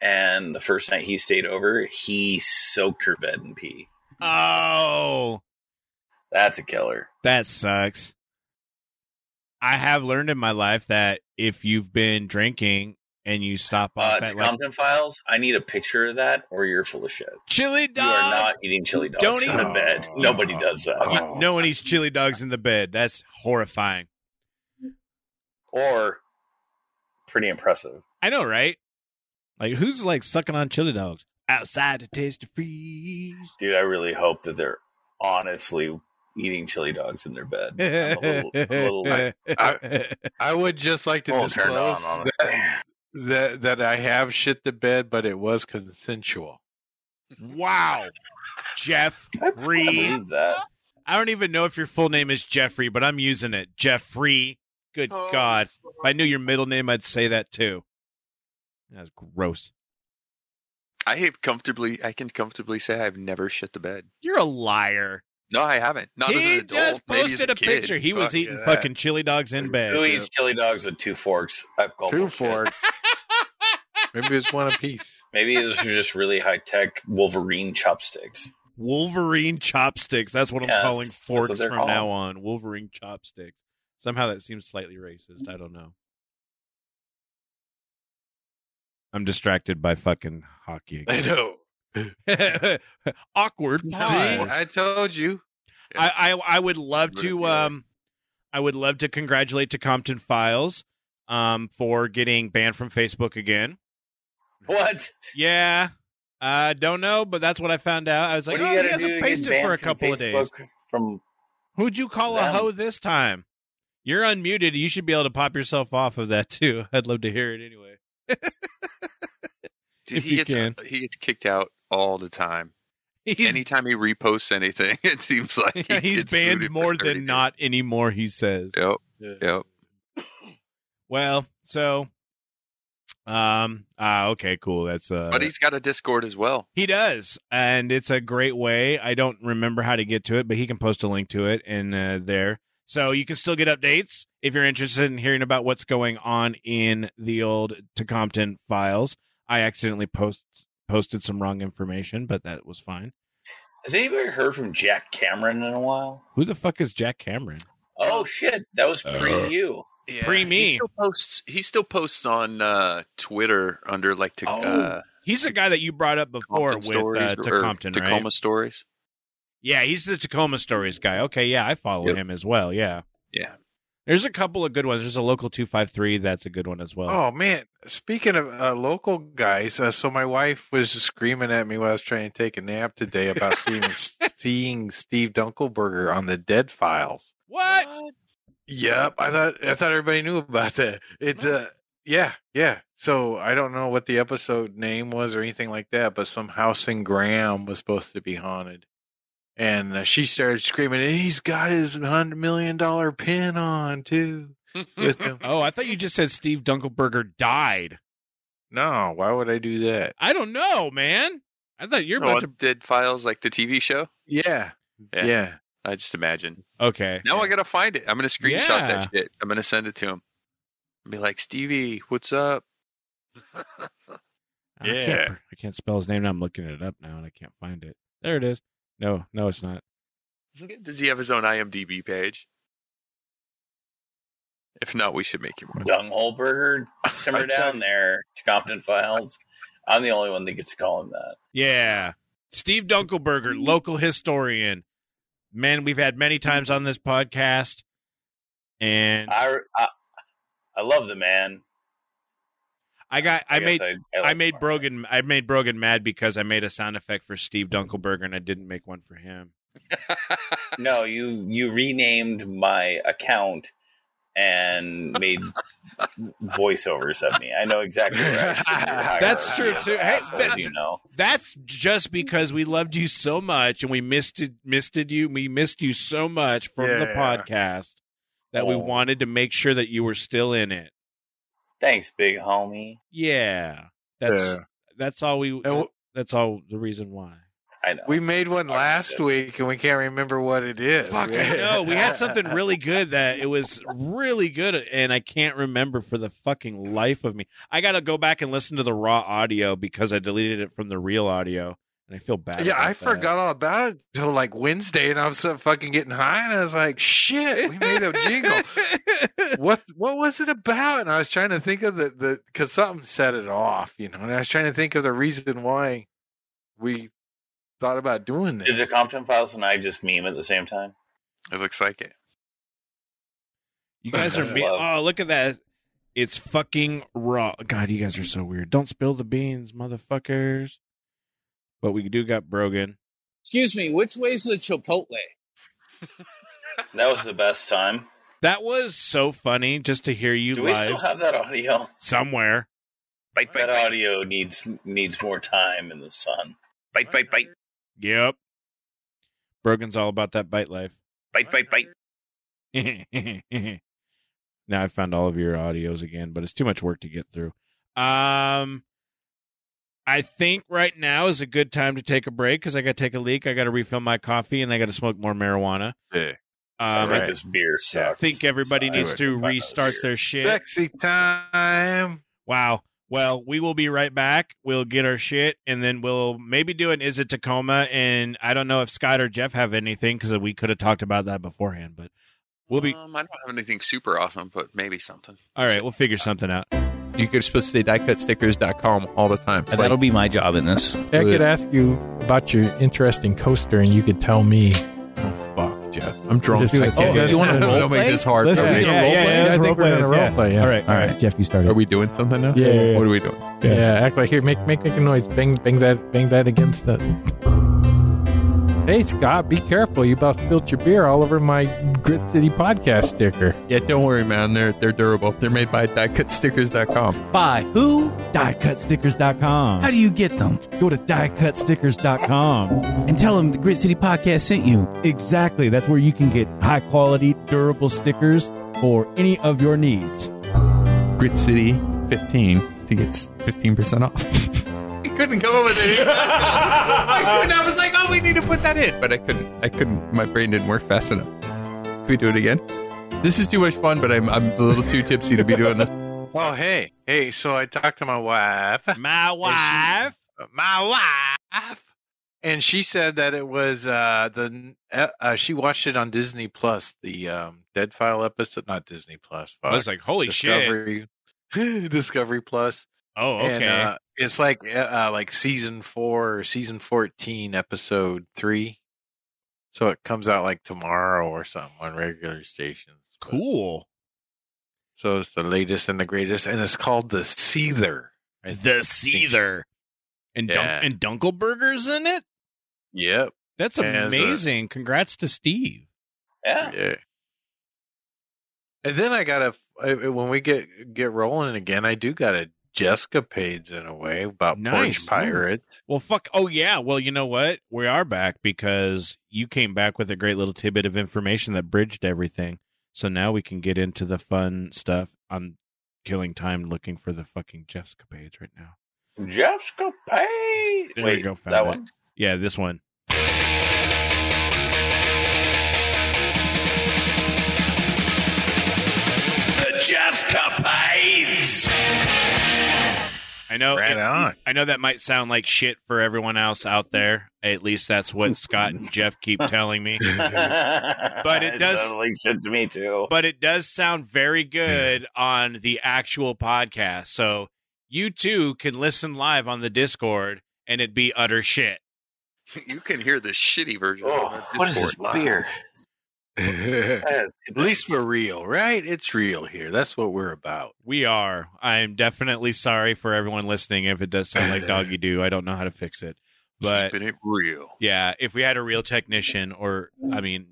E: and the first night he stayed over, he soaked her bed in pee.
D: Oh,
E: That's a killer.
D: that sucks. I have learned in my life that if you've been drinking and you stop
E: Uh,
D: off at like
E: Compton Files, I need a picture of that, or you're full of shit.
D: chili dogs,
E: You are not eating chili dogs
D: Don't
E: in
D: eat-
E: a bed. Nobody does that.
B: Oh.
D: no one eats chili dogs in the bed. That's horrifying.
E: Or pretty impressive.
D: I know, right? Like, who's like sucking on chili dogs outside to taste the freeze?
E: Dude, I really hope that they're honestly eating chili dogs in their bed. I'm a little, a little
A: I would just like to
D: Oh,
E: a little turned on,
A: disclose
E: honestly.
A: that, that that I have shit the bed, but it was consensual.
D: wow, Jeff
E: I I
D: Reed.
E: believe that.
D: I don't even know if your full name is Jeffrey, but I'm using it. Jeffrey. Good God. If I knew your middle name, I'd say that too. That's gross.
B: I have comfortably. I can comfortably say I've never shit the bed.
D: You're a liar.
B: No, I haven't. Not as
D: he
B: an adult.
D: just
B: Maybe as
D: posted a,
B: kid.
D: picture. He was
B: Fuck
D: eating
B: yeah.
D: fucking chili dogs in
E: Who
D: bed.
E: eats chili dogs with two forks? I've called
A: Two
E: bullshit.
A: forks. Maybe it's one apiece.
E: Maybe those are just really high tech Wolverine chopsticks.
D: Wolverine chopsticks. That's what I'm
E: Yes,
D: calling
E: that's
D: forks
E: what
D: from
E: they're
D: now
E: called.
D: on. Wolverine chopsticks. Somehow that seems slightly racist. I don't know. I'm distracted by fucking hockey again.
A: know.
D: Awkward
A: See,
D: pause.
A: I told you.
D: I, I I would love
B: Would it be
D: to
B: like-
D: um I would love to congratulate Compton Files um for getting banned from Facebook again.
E: What?
D: Yeah. Uh don't know, but that's what I found out. I was like,
E: what
D: oh,
E: gotta
D: he hasn't
E: to get
D: pasted for a
E: banned from
D: couple of days.
E: Facebook From
D: Who'd you call
E: Them.
D: a hoe this time? You're unmuted. You should be able to pop yourself off of that too. I'd love to hear it anyway.
B: Dude,
D: if
B: he
D: you
B: gets
D: can.
B: he gets kicked out all the time.
D: He's,
B: Anytime he reposts anything, it seems like he
D: he's
B: gets
D: banned
B: booted for
D: more
B: 30
D: than
B: days.
D: not anymore, he says.
B: Yep. Yep.
D: Well, so um ah okay, cool. That's uh
B: but he's got a Discord as well.
D: He does, and it's a great way. I don't remember how to get to it, but he can post a link to it in uh, there, so you can still get updates if you're interested in hearing about what's going on in the old Compton files. I accidentally post posted some wrong information, but that was fine.
E: has anybody heard from Jack Cameron in a while?
D: Who the fuck is Jack Cameron?
E: Oh shit, that was pre
D: Uh.
E: you.
B: Yeah.
D: Pre me.
B: He still posts. He still posts on uh, Twitter under like to, uh,
D: He's the guy that you brought up before
B: Compton
D: Oh, with
B: stories
D: uh,
B: or
D: Compton, right?
B: Tacoma stories.
D: Yeah, he's the Tacoma Stories guy. Okay, yeah, I follow
B: Yep.
D: him as well. Yeah,
B: Yeah.
D: There's a couple of good ones. There's a local two five three. That's a good one as well.
A: Oh man! Speaking of uh, local guys, uh, so my wife was just screaming at me while I was trying to take a nap today about seeing seeing Steve Dunkelberger on the Dead Files.
D: What?
A: Yep, I thought I thought everybody knew about that. It's uh, yeah, yeah. So I don't know what the episode name was or anything like that, but some house in Graham was supposed to be haunted, and uh, she started screaming, and he's got his hundred million dollar pin on too with him.
D: Oh, I thought you just said Steve Dunkelberger died.
A: no, why would I do that?
D: I don't know, man. I thought you're
B: Oh,
D: about to.
B: Dead Files, like the TV show.
A: Yeah,
B: Yeah.
A: yeah.
B: I just imagine.
D: Okay.
B: Now I gotta find it. I'm gonna screenshot
D: Yeah.
B: that shit. I'm gonna send it to him. Be like, Stevie, what's up?
D: I
B: Yeah.
D: can't, I can't spell his name. Now I'm looking it up now, and I can't find it. There it is. No, no, it's not.
B: Does he have his own IMDb page? If not, we should make him one.
E: Dunghole Burger, simmer down there, Compton Files. I'm the only one that gets to call him that.
D: Yeah. Steve Dunkelberger, local historian. Man, we've had many times on this podcast, and
E: I I, I love the man.
D: I got I
E: guess
D: made I
E: like
D: made
E: him.
D: Brogan I made Brogan mad because I made a sound effect for Steve Dunkelberger and I didn't make one for him.
E: No, you you renamed my account and made voiceovers of me. I know exactly where I sit in your
D: That's
E: hierarchy
D: true,
E: of
D: too. Hey,
E: assholes,
D: that-
E: you know.
D: That's just because we loved you so much and we missed it, missed it you we missed you so much from the
A: Yeah.
D: podcast that we
E: Oh.
D: wanted to make sure that you were still in it.
E: Thanks, big homie.
D: Yeah. That's
A: Yeah.
D: that's all we.
A: And w-
D: that's all the reason why.
E: I know.
A: we made one
E: Sorry,
A: last
E: yeah.
A: week and we can't remember what it is.
D: Fuck, I know. We had something really good that it was really good, and I can't remember for the fucking life of me. I got to go back and listen to the raw audio because I deleted it from the real audio, and I feel bad.
A: Yeah,
D: about
A: I
D: that.
A: forgot all about it till like Wednesday, and I was so fucking getting high, and I was like, "Shit, we made a jingle. what What was it about?" And I was trying to think of the the because something set it off, you know. And I was trying to think of the reason why we thought about doing
E: Did the
A: that.
E: Compton Files and I just meme at the same time?
B: It looks like it.
D: You guys are. Be-
E: Love.
D: oh, look at that. It's fucking raw. God, you guys are so weird. Don't spill the beans, motherfuckers. But we do got Brogan.
F: Excuse me, which way's the Chipotle?
E: That was the best time.
D: That was so funny just to hear you
E: Do we
D: live
E: still have that audio?
D: somewhere.
B: Bite, bite,
E: That
B: bite,
E: audio needs needs more time in the sun.
B: bite, bite, bite,
D: Yep. Brogan's all about that bite life.
B: bite, bite, bite.
D: now I found all of your audios again, but it's too much work to get through. Um, I think right now is a good time to take a break because I got to take a leak. I got to refill my coffee and I got to smoke more marijuana.
B: Yeah.
E: I
D: Um,
E: think
D: I
A: Alright.
E: this beer sucks.
D: think everybody
E: So I
D: needs
E: would
D: to
E: find this
D: restart
E: beer.
D: their shit.
A: Sexy time.
D: Wow. Well, we will be right back. We'll get our shit, and then we'll maybe do an Is It Tacoma? And I don't know if Scott or Jeff have anything because we could have talked about that beforehand, but we'll be
B: Um, I don't have anything super awesome, but maybe something.
D: all right. We'll figure something out.
G: You go to supposed to say diecutstickers.com all the time. It's
F: That'll
G: like,
F: be my job in this.
H: I could ask you about your interesting coaster, and you could tell me.
G: oh, fuck, Jeff. I'm drunk.
H: Just do
G: I
H: it.
G: can't.
H: Oh, you wanna
G: Don't
F: role
G: make this hard
H: Let's
G: for
H: do
G: me.
H: it.
D: Yeah, yeah, yeah,
H: I
D: let's
H: think we're
D: roleplay
H: gonna
D: this, yeah.
H: role play. Yeah.
D: All right,
F: All right, Jeff, you started.
G: Are we doing something now?
H: Yeah, yeah, yeah.
G: What are we doing?
H: Yeah. act like here. Make make make a noise. Bang bang that bang that against the. Hey Scott, be careful! You about spilt your beer all over my Grit City podcast sticker.
G: Yeah, don't worry, man. They're they're durable. They're made by diecutstickers.com.
F: By who?
I: diecutstickers.com.
F: How do you get them?
I: Go to diecutstickers.com.
F: And tell them the Grit City Podcast sent you.
I: Exactly. That's where you can get high quality, durable stickers for any of your needs.
G: Grit City 15 to get 15% off. I couldn't come up with it. I, couldn't. I was like, oh, we need to put that in. But I couldn't. I couldn't. My brain didn't work fast enough. Can we do it again? This is too much fun, but I'm, I'm a little too tipsy to be doing this.
A: Oh hey hey. So I talked to my wife. Uh,
D: My wife.
A: my wife and she said that it was uh the uh, uh she watched it on disney plus the um dead file episode not disney plus
D: I was like, holy shit.
A: discovery discovery plus
D: Oh, okay.
A: and uh it's like uh, uh like season four or season 14 episode three so it comes out like tomorrow or something on regular stations But-
D: cool.
A: so it's the latest and the greatest and it's called the seether I
D: The
A: think.
D: Seether. And,
A: Yeah.
D: Dunk- and Dunkelberger's in it?
A: yep
D: That's
A: Yeah, it's a-
D: amazing. Congrats to Steve.
E: Yeah.
A: Yeah. And then I got a when we get get rolling again. I do got a Jessica Pades in a way about
D: Nice.
A: Porch Pirates.
D: Well, fuck. Oh, yeah. Well, you know what? We are back because you came back with a great little tidbit of information that bridged everything. So now we can get into the fun stuff. I'm killing time looking for the fucking Jeff's capades right now.
E: Jessica Pay.
D: There
E: Wait,
D: we go. Found
E: that
D: it.
E: one.
D: Yeah, this one. I know.
A: Right on.
D: I know that might sound like shit for everyone else out there. At least that's what Scott and Jeff keep telling me.
E: but
D: it does-
E: sounded like shit to me too.
D: But it does sound very good on the actual podcast. So you too can listen live on the Discord and it'd be utter shit.
B: You can hear the shitty version. on
E: oh,
B: our
E: what is this
B: Discord live.
E: beer?
A: At
E: At
A: least we're real, right? It's real here. That's what we're about.
D: We are. I'm definitely sorry for everyone listening if it does sound like doggy do. I don't know how to fix it. But
B: Keeping it real.
D: yeah, if we had a real technician or I mean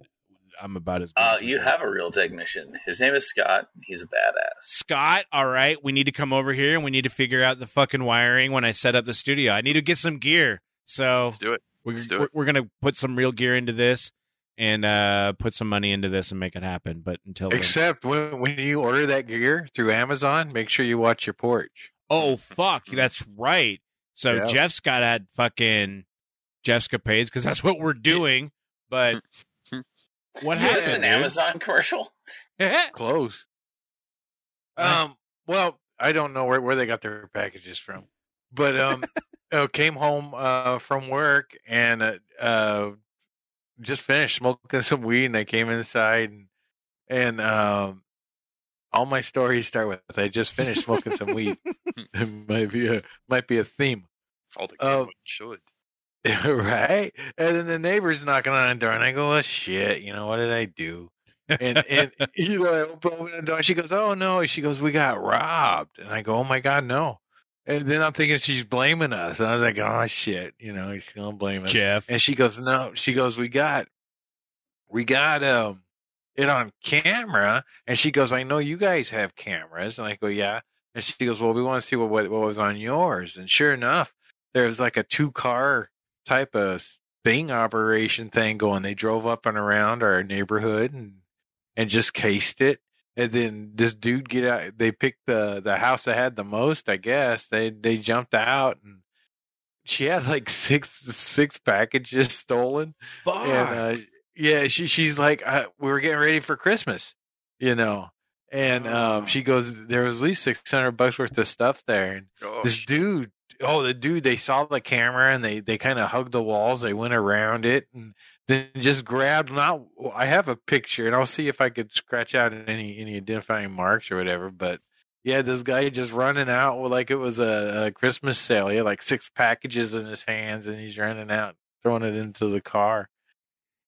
D: I'm about as
E: Uh, you have a real technician. His name is Scott. He's a badass.
D: Scott, all right, we need to come over here and we need to figure out the fucking wiring when I set up the studio. I need to get some gear. So
B: Let's do it.
D: we're,
B: Let's do it.
D: we're, we're gonna put some real gear into this and uh put some money into this and make it happen but until then-
A: Except when when you order that gear through Amazon, make sure you watch your porch.
D: oh fuck that's right So
A: Yeah.
D: Jeff's got at fucking Jeff's capades because that's what we're doing. But what
E: Is this an
D: happened?
E: Amazon commercial?
D: dude?
A: Close.
D: Huh?
A: Um. Well, I don't know where, where they got their packages from, but um, uh, came home uh from work and uh, uh just finished smoking some weed, and I came inside and and um, all my stories start with I just finished smoking some weed. It might be a might be a theme.
B: All the
A: Oh.
B: good should.
A: right? And then the neighbor's knocking on the door, and I go, "Well, shit, you know what did I do?" And and you know, I open, open the door. She goes, "Oh no!" She goes, "We got robbed," and I go, "Oh my god, no!" And then I'm thinking she's blaming us, and I was like, "Oh shit," you know, she's gonna blame us.
D: Jeff.
A: And she goes, "No," she goes, "We got, we got um it on camera," and she goes, "I know you guys have cameras," and I go, "Yeah." And she goes, "Well, we want to see what, what what was on yours." And sure enough, there was like a two car type of thing operation thing going. They drove up and around our neighborhood and and just cased it. And then this dude get out. They picked the the house that had the most, I guess. They they jumped out and she had like six six packages stolen. And uh, yeah, she she's like, uh, we were getting ready for Christmas, you know. And um, she goes, there was at least six hundred bucks worth of stuff there, and
B: Oh,
A: this dude oh the dude they saw the camera and they they kind of hugged the walls they went around it and then just grabbed not i have a picture and i'll see if i could scratch out any any identifying marks or whatever but yeah this guy just running out like it was a, a christmas sale he had like six packages in his hands and he's running out throwing it into the car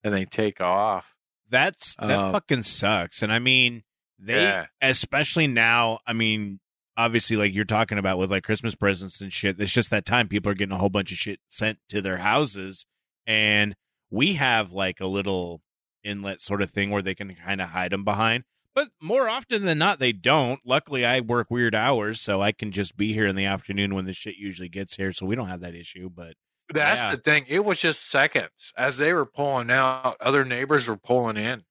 A: and they take off
D: That's that
A: Um,
D: fucking sucks. And I mean, they
A: Yeah.
D: especially now. I mean, obviously, like you're talking about with like Christmas presents and shit. It's just that time people are getting a whole bunch of shit sent to their houses, and we have like a little inlet sort of thing where they can kind of hide them behind. But more often than not, they don't. Luckily, I work weird hours, so I can just be here in the afternoon when the shit usually gets here, so we don't have that issue. But
A: that's
D: Yeah.
A: the thing it was just seconds as they were pulling out other neighbors were pulling in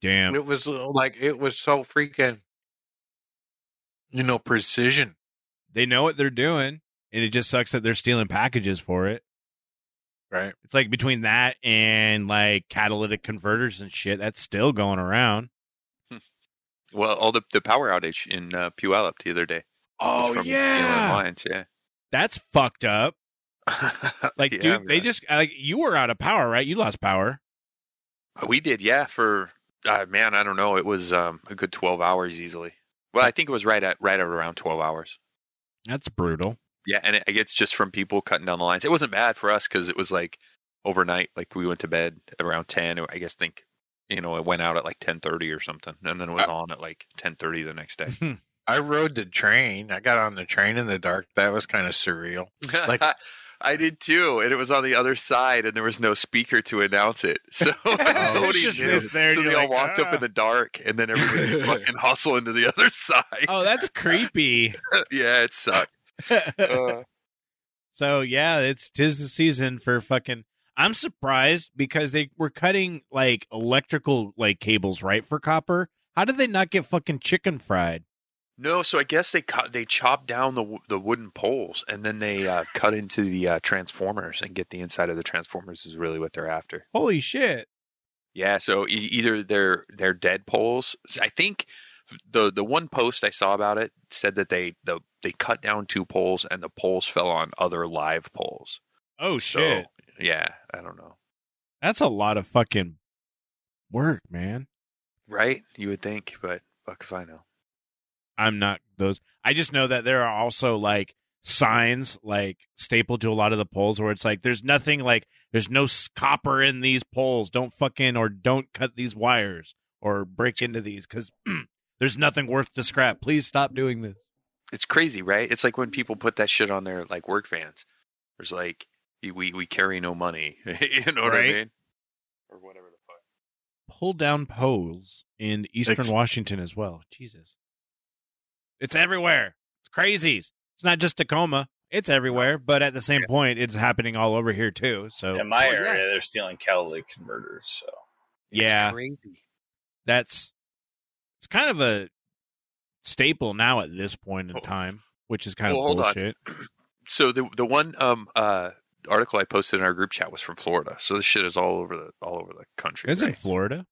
D: damn,
A: It was uh, like it was so freaking, you know, precision.
D: they know what they're doing, and it just sucks that they're stealing packages for it.
A: Right.
D: It's like between that and like catalytic converters and shit, that's still going around.
B: Well, all the, the power outage in uh, Puyallup the other day. was
A: Oh
B: from
A: yeah.
B: stealing lines, yeah.
D: That's fucked up. Like,
B: Yeah,
D: dude, they
B: man.
D: just like you were out of power, right? You lost power.
B: Uh, we did, yeah. For uh, man, I don't know. It was um, a good twelve hours easily. Well, I think it was right at right at around twelve hours.
D: That's brutal.
B: Yeah, and it, it's just from people cutting down the lines. It wasn't bad for us because it was like overnight. Like we went to bed around ten. or I guess think you know it went out at like ten thirty or something, and then it was on at like ten thirty the next day.
D: Oh,
A: I rode the train. I got on the train in the dark. That was kind of surreal. Like-
B: I did too, and it was on the other side, and there was no speaker to announce it. So nobody
D: It's just
B: knew.
D: this there,
B: so
D: and
B: they
D: you're
B: all
D: like,
B: walked up
D: "Ah."
B: in the dark, and then everybody was fucking hustling to the other side.
D: oh, that's creepy.
B: yeah, it sucked.
D: so yeah, it's tis the season for fucking. I'm surprised because they were cutting like electrical like cables right for copper. How did they not get fucking chicken fried?
B: No, so I guess they cut, they chopped down the wo- the wooden poles, and then they uh, cut into the uh, transformers and get the inside of the transformers is really what they're after.
D: Holy shit!
B: Yeah, so e- either they're they're dead poles. I think the the one post I saw about it said that they the they cut down two poles and the poles fell on other live poles.
D: Oh
B: So
D: shit!
B: yeah, I don't know.
D: That's a lot of fucking work, man.
B: Right? You would think, but fuck if I know.
D: I'm not those. I just know that there are also like signs like stapled to a lot of the poles where it's like there's nothing like there's no s- copper in these poles. Don't fucking or don't cut these wires or break into these because there's nothing worth to scrap. Please stop doing this.
B: It's crazy, right? It's like when people put that shit on their like work vans. There's like we we carry no money. you know what I
D: Right.
B: mean? Or whatever the fuck.
D: Pull down poles in Eastern
A: Ex-
D: Washington as well. Jesus, it's everywhere. It's crazies. It's not just Tacoma. It's everywhere, but at the same point, it's happening all over here too. So
E: In my
B: Oh, yeah.
E: area, they're stealing catalytic converters. So
D: yeah,
B: It's crazy.
D: that's it's kind of a staple now at this point in
B: Oh.
D: time, which is kind
B: Well,
D: of
B: hold on.
D: bullshit.
B: so the the one um uh article I posted in our group chat was from Florida. So this shit is all over the all over the country.
D: It's in
B: right?
D: Florida.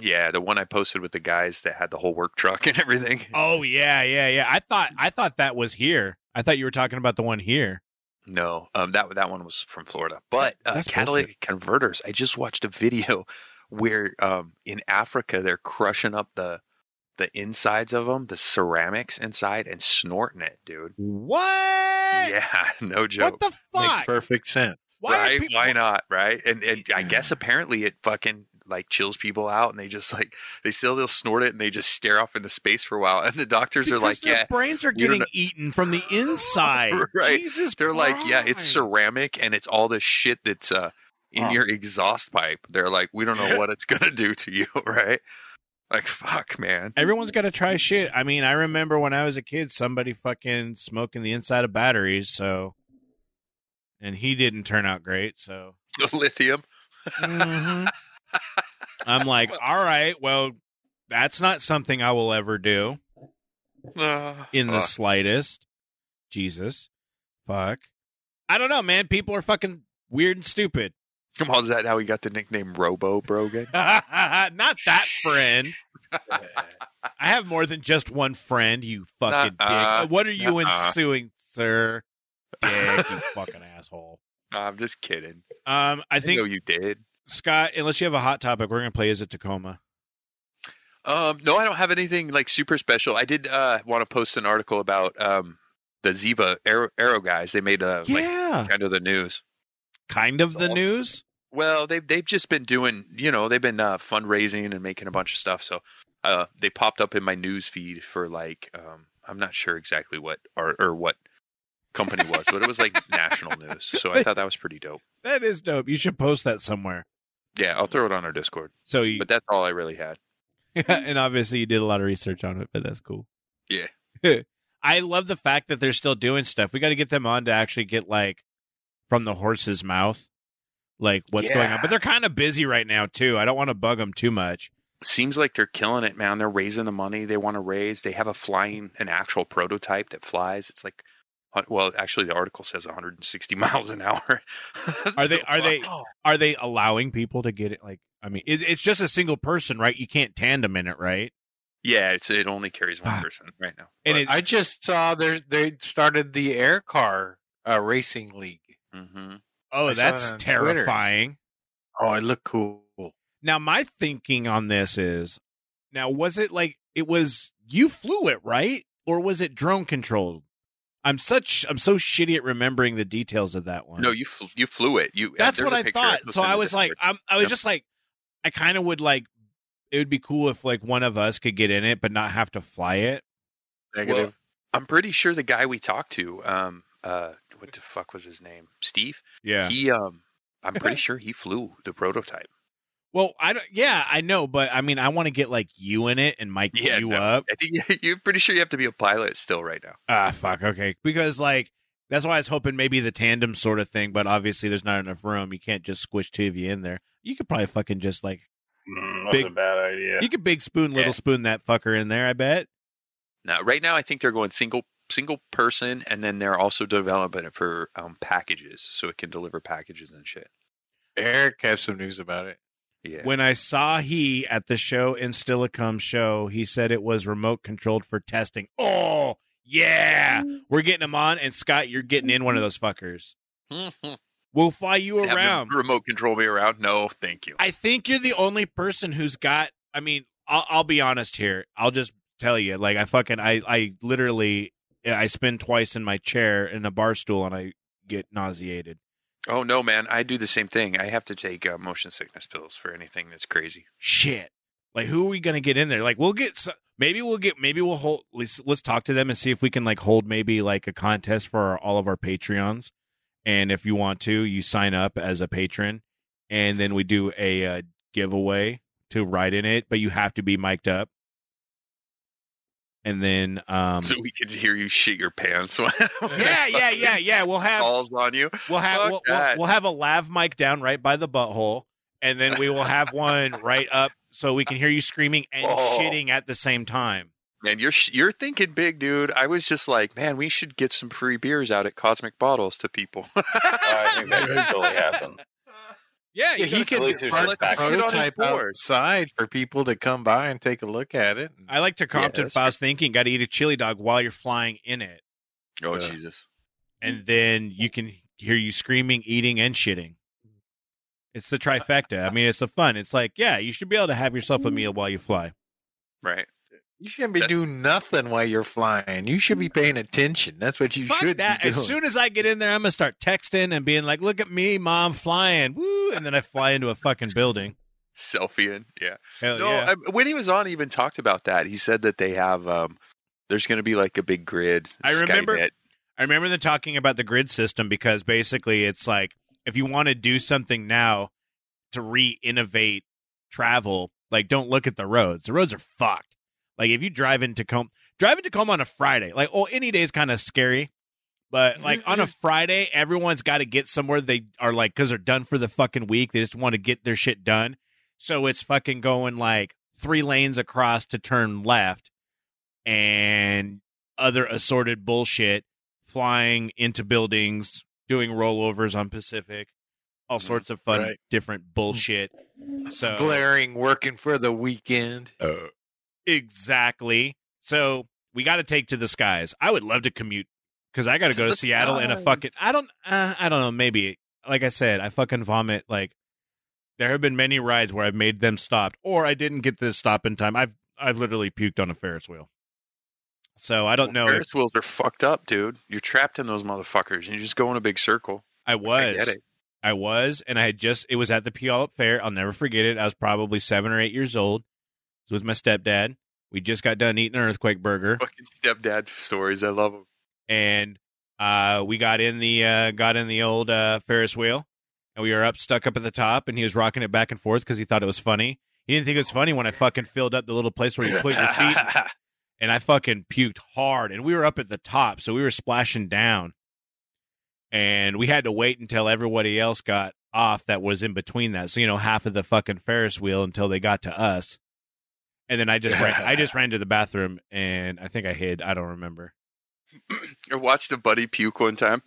B: yeah, the one I posted with the guys that had the whole work truck and everything.
D: Oh yeah, yeah, yeah. I thought I thought that was here. I thought you were talking about the one here.
B: No, um, that that one was from Florida. But uh,
D: That's
B: catalytic converters. I just watched a video where um, in Africa they're crushing up the the insides of them, the ceramics inside, and snorting it, dude.
D: What?
B: Yeah, no joke.
D: what the
A: Makes
D: fuck?
A: perfect sense.
D: Why are
B: right?
D: people-
B: Why not? Right? And and I guess apparently it fucking like chills people out, and they just like they still they'll snort it and they just stare off into space for a while, and the doctors
D: Because
B: are like,
D: their
B: yeah.
D: brains are
B: we don't
D: getting
B: know-
D: eaten from the inside.
B: Right.
D: Jesus
B: They're like, yeah, it's
D: Christ.
B: ceramic and it's all the shit that's uh, in
E: Huh.
B: your exhaust pipe. They're like, we don't know what it's gonna do to you, right? Like, fuck, man.
D: Everyone's got to try shit. I mean, I remember when I was a kid, somebody fucking smoking the inside of batteries. So, and he didn't turn out great. So,
B: The lithium.
D: Mhm. I'm like, all right, well, that's not something I will ever do
B: Uh,
D: in the
B: fuck.
D: slightest. Jesus, fuck. I don't know, man. People are fucking weird and stupid.
B: Come on, is that how he got the nickname Robo Brogan?
D: Not that friend. I have more than just one friend, you fucking
B: Nuh-uh.
D: dick. What are you
B: Nuh-uh.
D: ensuing, sir? Dick, you fucking asshole.
B: No, I'm just kidding.
D: Um,
B: I
D: I
B: know
D: think
B: you did.
D: Scott, unless you have a hot topic, we're gonna play Is It Tacoma?
B: Um, no, I don't have anything like super special. I did uh, want to post an article about um, the Ziva Aero, Aero guys. They made a like
D: yeah,
B: kind of the news.
D: kind of the news.
B: Well, they've they've just been doing, you know, they've been uh, fundraising and making a bunch of stuff. So uh, they popped up in my news feed for like, um, I'm not sure exactly what or, or what company was, but it was like national news. So I thought that was pretty dope.
D: That is dope. You should post that somewhere.
B: Yeah, I'll throw it on our Discord.
D: So, you,
B: But that's all I really had.
D: and obviously you did a lot of research on it, but that's cool.
B: Yeah.
D: I love the fact that they're still doing stuff. We got to get them on to actually get like from the horse's mouth, like what's going on.
B: Yeah.
D: But they're kind of busy right now too. I don't want to bug them too much.
B: Seems like they're killing it, man. They're raising the money they want to raise. They have a flying, an actual prototype that flies. It's like, hun- well, actually, the article says 160 miles an hour.
D: Are they- are they-
A: Oh,
B: Wow.
D: Are they allowing people to get it? Like, I mean, it, it's just a single person, right? You can't tandem in it, right?
B: Yeah, it's, it only carries one
D: Fuck.
B: person right now.
D: Ah. And
B: But-
D: it,
A: I just saw they they started the air car uh, racing league.
B: Mm-hmm.
D: oh,
A: I saw
D: that's
A: that on Twitter.
D: terrifying.
A: Oh, it looked cool.
D: Now, my thinking on this is now, was it like it was you flew it, right? Or was it drone controlled? I'm such I'm so shitty at remembering the details of that one.
B: No, you fl- you flew it. You
D: that's
B: there's
D: what
B: a
D: I
B: picture
D: thought.
B: posted
D: So
B: in
D: I
B: the
D: was like,
B: Discord.
D: I'm, I was
B: Yep.
D: just like, I kind of would like it would be cool if like one of us could get in it but not have to fly it.
A: Negative.
B: I'm pretty sure the guy we talked to, um, uh, what the fuck was his name? Steve.
D: Yeah.
B: He, um, I'm pretty sure he flew the prototype.
D: Well, I don't. Yeah, I know, but I mean, I want to get like you in it and mic
B: Yeah,
D: you
B: no.
D: up.
B: I think you're pretty sure you have to be a pilot still right now.
D: Ah, fuck. Okay, because like that's why I was hoping maybe the tandem sort of thing, but obviously there's not enough room. You can't just squish two of you in there. You could probably fucking just like
E: Mm, that's
D: Big-
E: a bad idea.
D: you could big spoon, little spoon that fucker in there. I bet.
B: Now, right now, I think they're going single single person, and then they're also developing it for um, packages, so it can deliver packages and shit.
A: Eric has some news about it.
B: Yeah.
D: When I saw he at the show in Stillicum show, he said it was remote controlled for testing. Oh yeah, we're getting him on, and Scott, you're getting in one of those fuckers. We'll fly you
B: Have the
D: around.
B: remote control me around? No, thank you.
D: I think you're the only person who's got. I mean, I'll, I'll be honest here. I'll just tell you, like, I fucking, I, I literally, I spin twice in my chair in a bar stool, and I get nauseated.
B: Oh no, man! I do the same thing. I have to take uh, motion sickness pills for anything that's crazy.
D: Shit. Like, who are we gonna get in there? Like, we'll get. So- maybe we'll get. Maybe we'll hold. Let's let's talk to them and see if we can like hold maybe like a contest for our, all of our Patreons. And if you want to, you sign up as a patron, and then we do a uh, giveaway to ride in it, but you have to be mic'd up. And then, um,
B: so we could hear you shit your pants when
D: yeah, yeah, yeah, yeah. We'll have
B: falls on you.
D: we'll have
B: Fuck
D: we'll, we'll,
B: that.
D: we'll have a lav mic down right by the butthole, and then we will have one right up so we can hear you screaming and
B: Oh.
D: shitting at the same time.
B: Man, you're sh- you're thinking big, dude. I was just like, man, we should get some free beers out at Cosmic Bottles to people.
E: I think that could totally happen.
D: Yeah,
A: Yeah, he
E: can
A: could
E: totally do
A: park
E: some
A: the
E: back-
B: Put it on his
A: prototype
B: board.
A: outside for people to come by and take a look at it.
D: I like to Compton
B: that's
D: Faust thinking. Got to eat a chili dog while you're flying in it,
B: oh
A: Yeah.
B: Jesus!
D: and then you can hear you screaming, eating, and shitting. It's the trifecta. I mean, it's the fun. It's like, yeah, you should be able to have yourself a meal while you fly.
B: Right?
A: You shouldn't be
B: That's-
A: doing nothing while you're flying. You should be paying attention. That's what you
D: Fuck
A: should
D: that.
A: be doing.
D: As soon as I get in there, I'm gonna start texting and being like, "Look at me, mom, flying!" Woo! And then I fly into a fucking building.
B: Selfieing, yeah.
D: Hell
B: no,
D: yeah!
B: I, when he was on, he even talked about that. He said that they have um, there's going to be like a big grid.
D: I remember-
B: Skynet.
D: I remember them talking about the grid system because basically it's like if you want to do something now to re-innovate travel, like don't look at the roads. The roads are fucked. Like if you drive in Tacoma, drive in Tacoma on a Friday, like oh any day is kind of scary, but like on a Friday, everyone's got to get somewhere. They are like because they're done for the fucking week. They just want to get their shit done. So it's fucking going like three lanes across to turn left, and other assorted bullshit flying into buildings, doing rollovers on Pacific, all
B: Mm-hmm.
D: sorts of fun,
A: Right.
D: different bullshit. So
A: glaring, working for the weekend.
D: exactly. So we got to take to the skies. I would love to commute because I got to go to
B: the
D: Seattle in a
B: skies.
D: fucking. I don't. Uh, I don't know. Maybe like I said, I fucking vomit. Like there have been many rides where I've made them stopped, or I didn't get this stop in time. I've I've literally puked on a Ferris wheel. So I don't know. if
B: Ferris wheels are fucked up, dude. You're trapped in those motherfuckers, and you just go in a big circle.
D: I
B: I
D: was.
B: get it.
D: I was, and I had just it was at the Puyallup Fair. I'll never forget it. I was probably seven or eight years old. It was with my stepdad. We just got done eating an earthquake burger,
B: Fucking stepdad stories. I love them.
D: and uh, we got in the uh, got in the old uh, Ferris wheel, and we were up stuck up at the top, and he was rocking it back and forth because he thought it was funny. He didn't think it was funny when I fucking filled up the little place where you put your feet, and I fucking puked hard. And we were up at the top, so we were splashing down, and we had to wait until everybody else got off that was in between that. So you know, half of the fucking Ferris wheel until they got to us, and then I just ran, I just ran to the bathroom, and I think I hid. I don't remember.
B: I watched a buddy puke one time.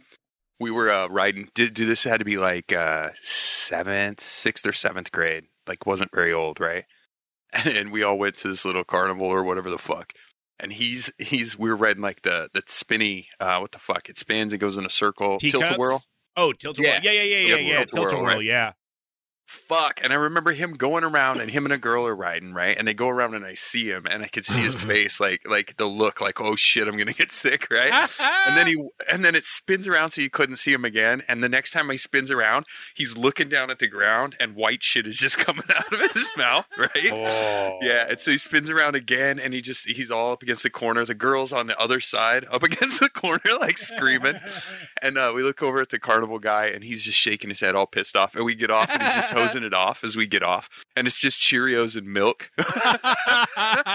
B: We were uh, riding. Did do this had to be like uh, seventh, sixth or seventh grade. Like wasn't very old, right? And we all went to this little carnival or whatever the fuck. And he's he's we were riding like the the spinny uh, what the fuck? It spins and goes in a circle.
D: Teacups?
B: Tilt a whirl.
D: Oh, tilt a whirl.
B: Yeah.
D: Yeah, yeah, yeah, yeah,
B: Yeah,
D: yeah. Tilt
B: tilt-a-whirl,
D: a whirl.
B: right.
D: Yeah.
B: fuck. And I remember him going around and him and a girl are riding, right? And they go around and I see him and I could see his face, like, like the look, like, oh shit, I'm going to get sick, right? and then he, and then it spins around so you couldn't see him again. And the next time he spins around, he's looking down at the ground and white shit is just coming out of his mouth, right?
D: Oh.
B: Yeah, and so he spins around again, and he just—he's all up against the corner. The girl's on the other side, up against the corner, like screaming. And uh, we look over at the carnival guy, and he's just shaking his head, all pissed off. And we get off, and he's just hosing it off as we get off, and it's just Cheerios and milk.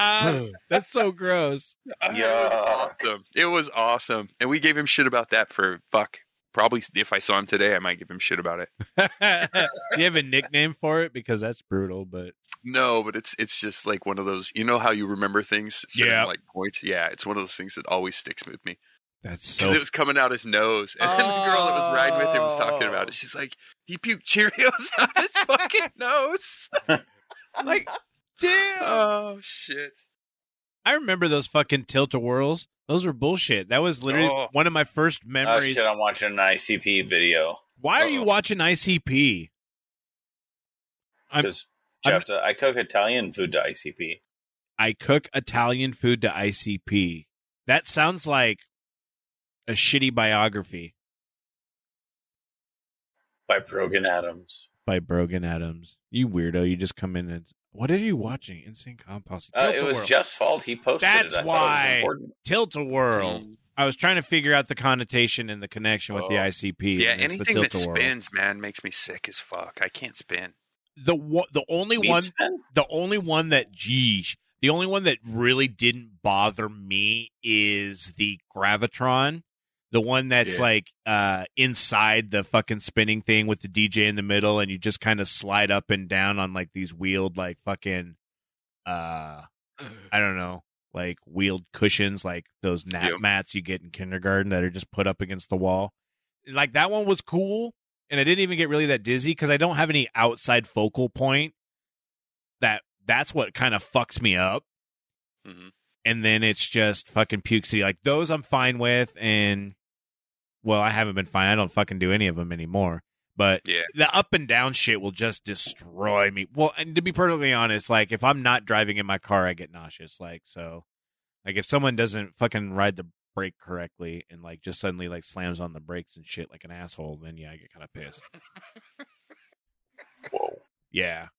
D: Oh. That's so gross.
E: Yeah. Oh,
B: awesome. It was awesome, and we gave him shit about that for fuck. Probably if I saw him today, I might give him shit about it.
D: Do you have a nickname for it? Because that's brutal, but
B: No, but it's it's just like one of those. You know how you remember things? certain,
D: Yeah.
B: like points. Yeah, it's one of those things that always sticks with me.
D: that's
B: because
D: so.
B: it was coming out his nose. And then the girl that was riding with him was talking
D: Oh.
B: about it. She's like, he puked Cheerios out his fucking nose. like, damn. Oh, shit.
D: I remember those fucking tilt a whirls. Those were bullshit. That was literally
B: Oh.
D: one of my first
E: Oh
D: memories.
E: shit! I'm watching an ICP video
D: Why are you
B: Uh-oh.
D: watching ICP? I'm-
E: because
D: I'm-
E: Jeff, I cook Italian food to ICP.
D: I cook Italian food to ICP. That sounds like a shitty biography
E: by Brogan Adams.
D: by Brogan Adams. You weirdo. You just come in and. What are you watching? Insane Compost.
E: Uh, it was Jeff's fault. He posted. it.
D: That's
E: I thought it was
D: why.
E: important.
D: tilt a whirl. I was trying to figure out the connotation and the connection with the
B: Mm. Oh.
D: ICP.
B: Yeah,
D: and it's
B: anything
D: the
B: that
D: tilt-a-whirl.
B: spins, man, makes me sick as fuck. I can't spin.
D: The wo- the only
E: Meat
D: one
E: spin?
D: the only one that geesh, the only one that really didn't bother me is the gravitron. The one that's
B: Yeah.
D: like uh, inside the fucking spinning thing with the DJ in the middle, and you just kind of slide up and down on like these wheeled, like fucking, uh, I don't know, like wheeled cushions, like those nap
B: Yep.
D: mats you get in kindergarten that are just put up against the wall. Like that one was cool, and I didn't even get really that dizzy because I don't have any outside focal point. That that's what kind of fucks me up.
B: Mhm.
D: And then it's just fucking puke city. Like those, I'm fine with, and well, I haven't been fine. I don't fucking do any of them anymore. But
B: Yeah.
D: the up and down shit will just destroy me. Well, and to be perfectly honest, like if I'm not driving in my car, I get nauseous. Like so, like if someone doesn't fucking ride the brake correctly and like just suddenly like slams on the brakes and shit like an asshole, then yeah, I get kind of pissed.
E: Whoa.
D: Yeah,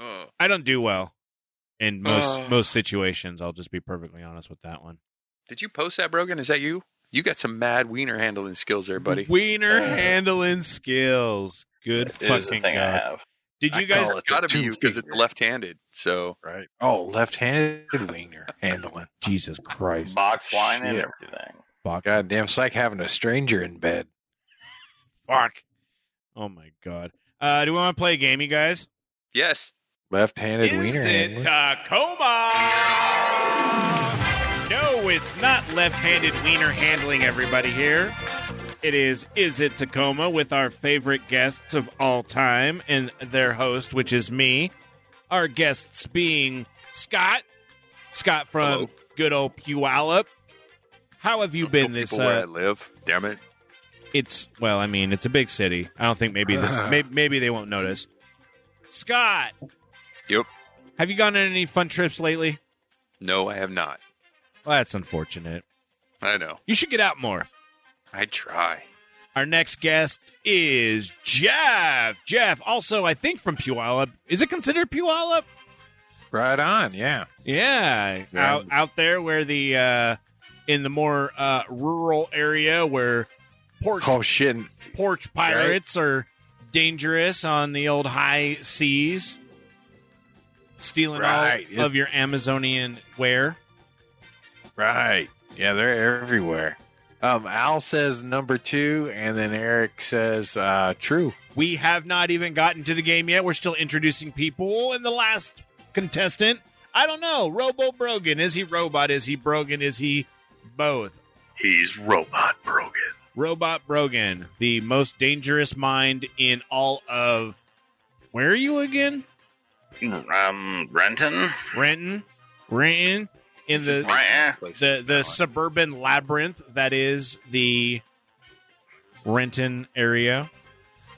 B: Oh,
D: I don't do well in most
E: Uh.
B: Oh.
D: most situations. I'll just be perfectly honest with that one.
B: did you post that, Brogan? Is that you? You got some mad wiener handling skills there, buddy.
D: Wiener
E: Uh,
D: handling skills. Good
E: It is a
D: fucking
E: thing I
D: god.
E: have.
D: Did you guys?
B: It's gotta be you because it's left-handed. So
A: Right. Oh, left-handed wiener handling.
D: Jesus Christ!
E: Box wine and
A: Shit.
E: everything.
D: Fuck.
A: Goddamn, it's like having a stranger in bed.
D: Fuck. Oh my god. Uh, do we want to play a game, you guys?
B: yes,
A: Left-handed wiener handling.
D: Tacoma? No, it's not left-handed wiener handling. Everybody here. It is Is It Tacoma with our favorite guests of all time and their host, which is me. Our guests being Scott, Scott from
B: Hello.
D: good old Puyallup. How have you
B: Don't
D: been
B: tell
D: this?
B: people where I
D: Uh,
B: live. Damn it!
D: it's well, I mean, it's a big city. I don't think maybe the, maybe, maybe they won't notice. Scott,
B: Yep.
D: have you gone on any fun trips lately?
B: No, I have not.
D: Well, that's unfortunate.
B: I know.
D: You should get out more.
B: I try.
D: Our next guest is Jeff. Jeff, also, I think from Puyallup. Is it considered Puyallup?
A: Right on, yeah.
D: Yeah,
A: Yeah.
D: out out there where the uh, in the more uh, rural area where porch
A: Oh shit!
D: porch pirates are dangerous on the old high seas, stealing
A: Right.
D: all of your Amazonian wear.
A: Right? Yeah, they're everywhere. Um, Al says number two, and then Eric says uh, true.
D: We have not even gotten to the game yet. We're still introducing people. And the last contestant, I don't know, Robo Brogan. Is he robot? Is he Brogan? Is he both?
E: He's robot broken.
D: Robot Brogan, the most dangerous mind in all of. Where are you again?
E: Um, Renton.
D: Renton? Renton? In the
E: Right. eh.
D: the the suburban labyrinth that is the Renton area.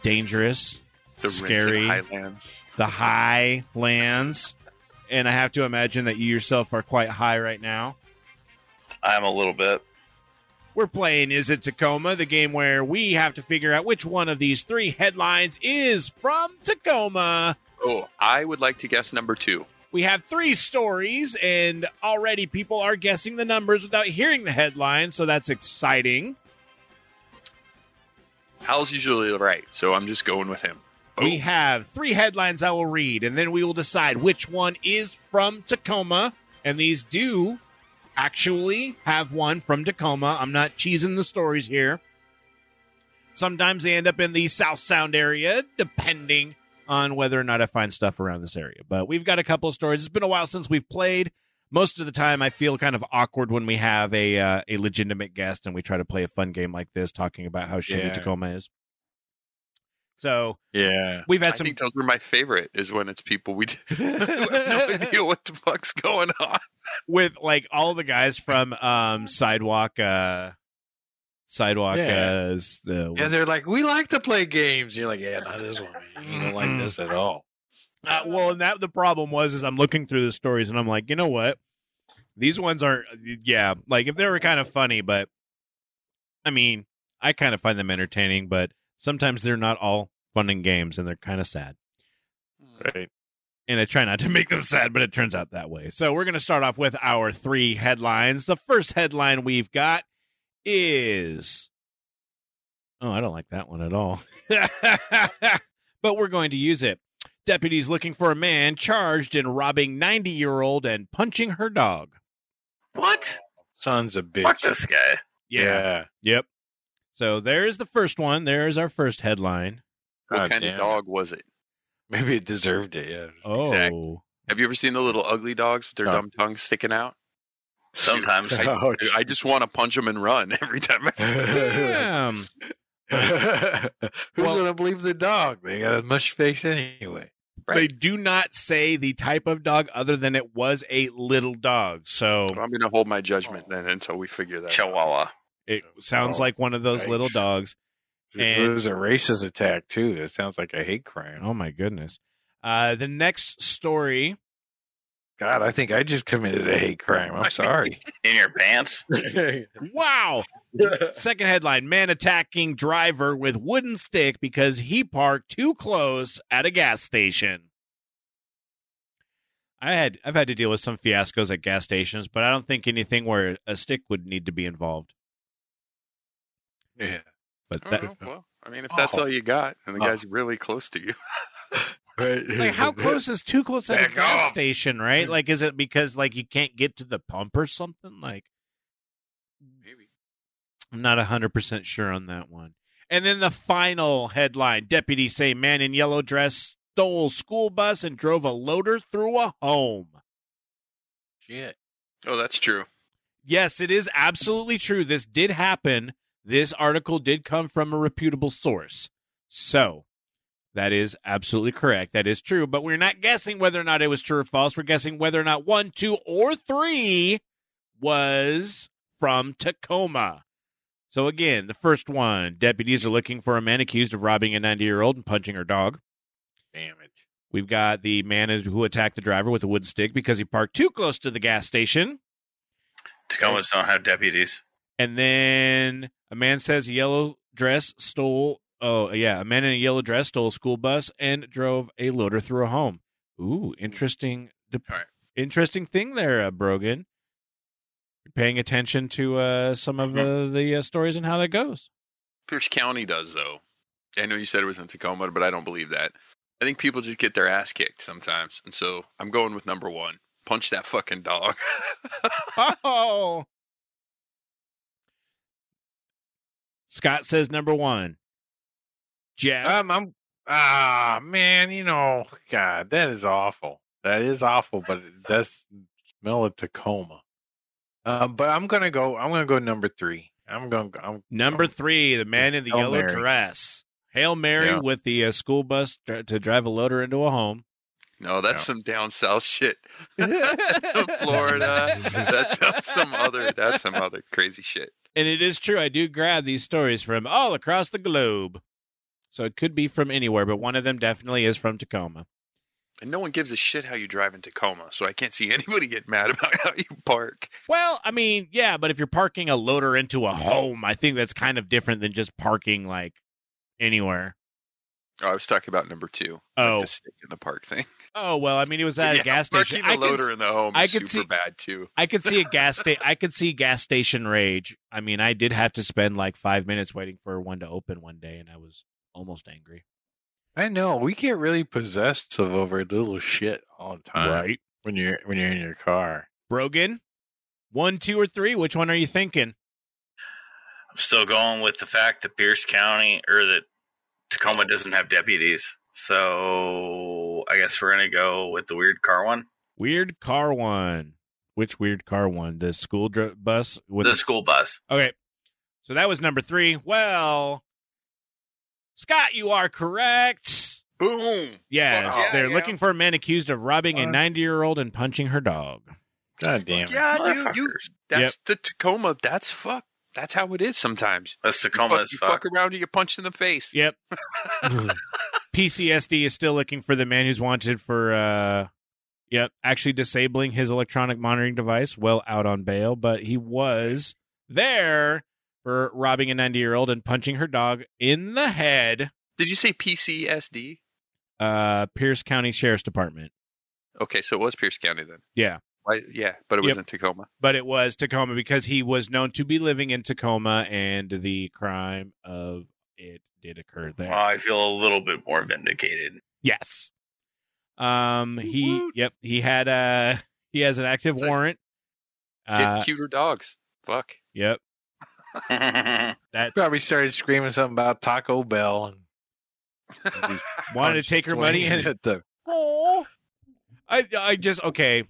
D: Dangerous,
B: The
D: scary.
B: Renton Highlands.
D: the high lands, and I have to imagine that you yourself are quite high right now.
E: I'm a little bit.
D: We're playing Is It Tacoma, the game where we have to figure out which one of these three headlines is from Tacoma.
B: Oh, I would like to guess number two.
D: We have three stories, and already people are guessing the numbers without hearing the headlines, so that's exciting.
B: Hal's usually right, so I'm just going with him. Oh,
D: We have three headlines I will read, and then we will decide which one is from Tacoma. And these do actually have one from Tacoma. I'm not cheesing the stories here. Sometimes they end up in the South Sound area, depending on whether or not I find stuff around this area. But we've got a couple of stories. It's been a while since we've played. Most of the time, I feel kind of awkward when we have a uh, a legitimate guest and we try to play a fun game like this, talking about how shitty
A: Yeah.
D: Tacoma is. So
A: Yeah,
D: we've
B: I
D: had some
B: think those were my favorite. Is when it's people we d- who have no idea what the fuck's going on.
D: with like all the guys from um sidewalk uh sidewalk
A: Yeah.
D: uh, s- uh
A: yeah. They're like, we like to play games. You're like, yeah, not this one. Man. You don't
D: Mm-hmm.
A: like this at all.
D: uh, well and that the problem was is i'm looking through the stories and i'm like you know what these ones aren't yeah like if they were kind of funny but i mean i kind of find them entertaining but sometimes they're not all fun and games and they're kind of sad
A: Right.
D: and I try not to make them sad, but it turns out that way. So we're going to start off with our three headlines. The first headline we've got is Oh, I don't like that one at all. but we're going to use it. Deputies looking for a man charged in robbing 90 year old and punching her dog.
E: What?
A: Sons of bitch.
E: Fuck this guy.
A: Yeah.
D: Yep. So there is the first one. There is our first headline.
B: What
A: God
B: kind
A: damn.
B: of dog was it?
A: Maybe it deserved it. Yeah.
D: Oh.
B: Exactly. Have you ever seen the little ugly dogs with their
A: No.
B: dumb tongues sticking out?
E: Sometimes.
B: I,
A: Ouch.
B: I just want to punch him and run every time.
D: Damn.
A: Who's
D: Well-
A: gonna believe the dog? They got a mush face anyway.
D: They do not say the type of dog other than it was a little dog. So
B: I'm going to hold my judgment then until we figure that. out.
E: Chihuahua.
D: it sounds
A: Oh,
D: like one of those
A: yikes.
D: little dogs. And-
A: It was a racist attack too. That sounds like a hate crime.
D: Oh my goodness. Uh, the next story.
A: God, I think I just committed a hate crime. I'm sorry.
E: In your pants?
D: Wow. Second headline: Man attacking driver with wooden stick because he parked too close at a gas station. I had I've had to deal with some fiascos at gas stations, but I don't think anything where a stick would need to be involved.
A: yeah.
D: But
B: I
D: that,
B: don't know. Well, I mean, if that's
A: Oh.
B: all you got, and the
A: Oh.
B: guy's really close to you,
D: like how close is too close at a
B: Back
D: gas
B: off.
D: station right like is it because like you can't get to the pump or something like
B: maybe.
D: i'm not 100% sure on that one and then the final headline deputies say man in yellow dress stole school bus and drove a loader through a home
A: Shit.
B: Oh, that's true.
D: yes it is absolutely true this did happen this article did come from a reputable source so that is absolutely correct. That is true. But we're not guessing whether or not it was true or false. We're guessing whether or not one, two, or three was from Tacoma. So, again, the first one deputies are looking for a man accused of robbing a 90 year old and punching her dog.
A: Damn it.
D: We've got the man who attacked the driver with a wooden stick because he parked too close to the gas station.
E: Tacomas don't have deputies.
D: And then a man says a yellow dress stole. Oh yeah, a man in a yellow dress stole a school bus and drove a loader through a home. Ooh, interesting. dep-
B: All right.
D: Interesting thing there, uh, Brogan. You're paying attention to uh, some of
B: Mm-hmm.
D: uh, the uh, stories and how that goes.
B: Pierce County does though. I know you said it was in Tacoma, but I don't believe that. I think people just get their ass kicked sometimes, and so I'm going with number one. Punch that fucking dog.
D: Oh. Scott says number one. Jeff.
A: Um, I'm ah man, you know, God, that is awful. That is awful, but it does smell of Tacoma. Um, but I'm gonna go. I'm gonna go number three. I'm gonna. go- I'm
D: Number three, the man in the
A: Hail
D: yellow
A: Mary.
D: dress. Hail Mary
A: Yeah.
D: with the uh, school bus dr- to drive a loader into a home.
B: No, that's
A: Yeah.
B: some down south shit. Florida. That's some other. That's some other crazy shit.
D: And it is true. I do grab these stories from all across the globe. So it could be from anywhere, but one of them definitely is from Tacoma.
B: And no one gives a shit how you drive in Tacoma, so I can't see anybody get mad about how you park.
D: Well, I mean, yeah, but if you're parking a loader into a home, I think that's kind of different than just parking like anywhere.
B: Oh, I was talking about number two.
D: Oh.
B: like the stick in the park thing.
D: Oh well, I mean, it was at a
B: Yeah,
D: gas station.
B: Parking
D: I
B: the
D: can,
B: loader in the home is
D: I
B: I super
D: could see-
B: bad too.
D: I could see a gas sta- I could see gas station rage. I mean, I did have to spend like five minutes waiting for one to open one day, and I was almost angry.
A: I know we get really possessive over little shit all the time. When you're when you're in your car.
D: Brogan, one, two, or three? Which one are you thinking?
E: I'm still going with the fact that Pierce County or that Tacoma doesn't have deputies. So I guess we're going to go with the weird car one.
D: Weird car one. Which weird car one? The school dr- bus with
E: The school bus.
D: Okay. So that was number three. Well, Scott, you are correct.
B: Boom.
D: Yes,
B: Fuck yeah,
D: they're
B: yeah.
D: looking for a man accused of robbing a 90 year old and punching her dog.
A: God damn it.
B: Yeah, Ah, dude. You,
E: Motherfuckers.
B: that's the Tacoma. That's fuck. That's how it is sometimes.
E: That's
B: You
E: Tacoma
B: fuck-
E: as
B: you
E: fuck.
B: fuck around, you get punched in the face.
D: Yep. PCSD is still looking for the man who's wanted for uh yep, actually disabling his electronic monitoring device well out on bail, but he was there for robbing a 90-year-old and punching her dog in the head.
B: Did you say PCSD?
D: Uh Pierce County Sheriff's Department.
B: Okay, so it was Pierce County then.
D: Yeah.
B: Why, yeah, but it was
D: Yep.
B: in Tacoma.
D: But it was Tacoma because he was known to be living in Tacoma and the crime of it did occur there.
E: Well, Oh, I feel a little bit more vindicated.
D: Yes. Um. He. Yep. He had Uh, he has an active
B: It's like-
D: warrant.
B: Get
D: Uh,
B: cuter dogs. Fuck.
D: yep. That
A: Probably started screaming something about Taco Bell and just
D: wanted to take her money
A: swinging
D: and.
A: at the
D: I. I just okay.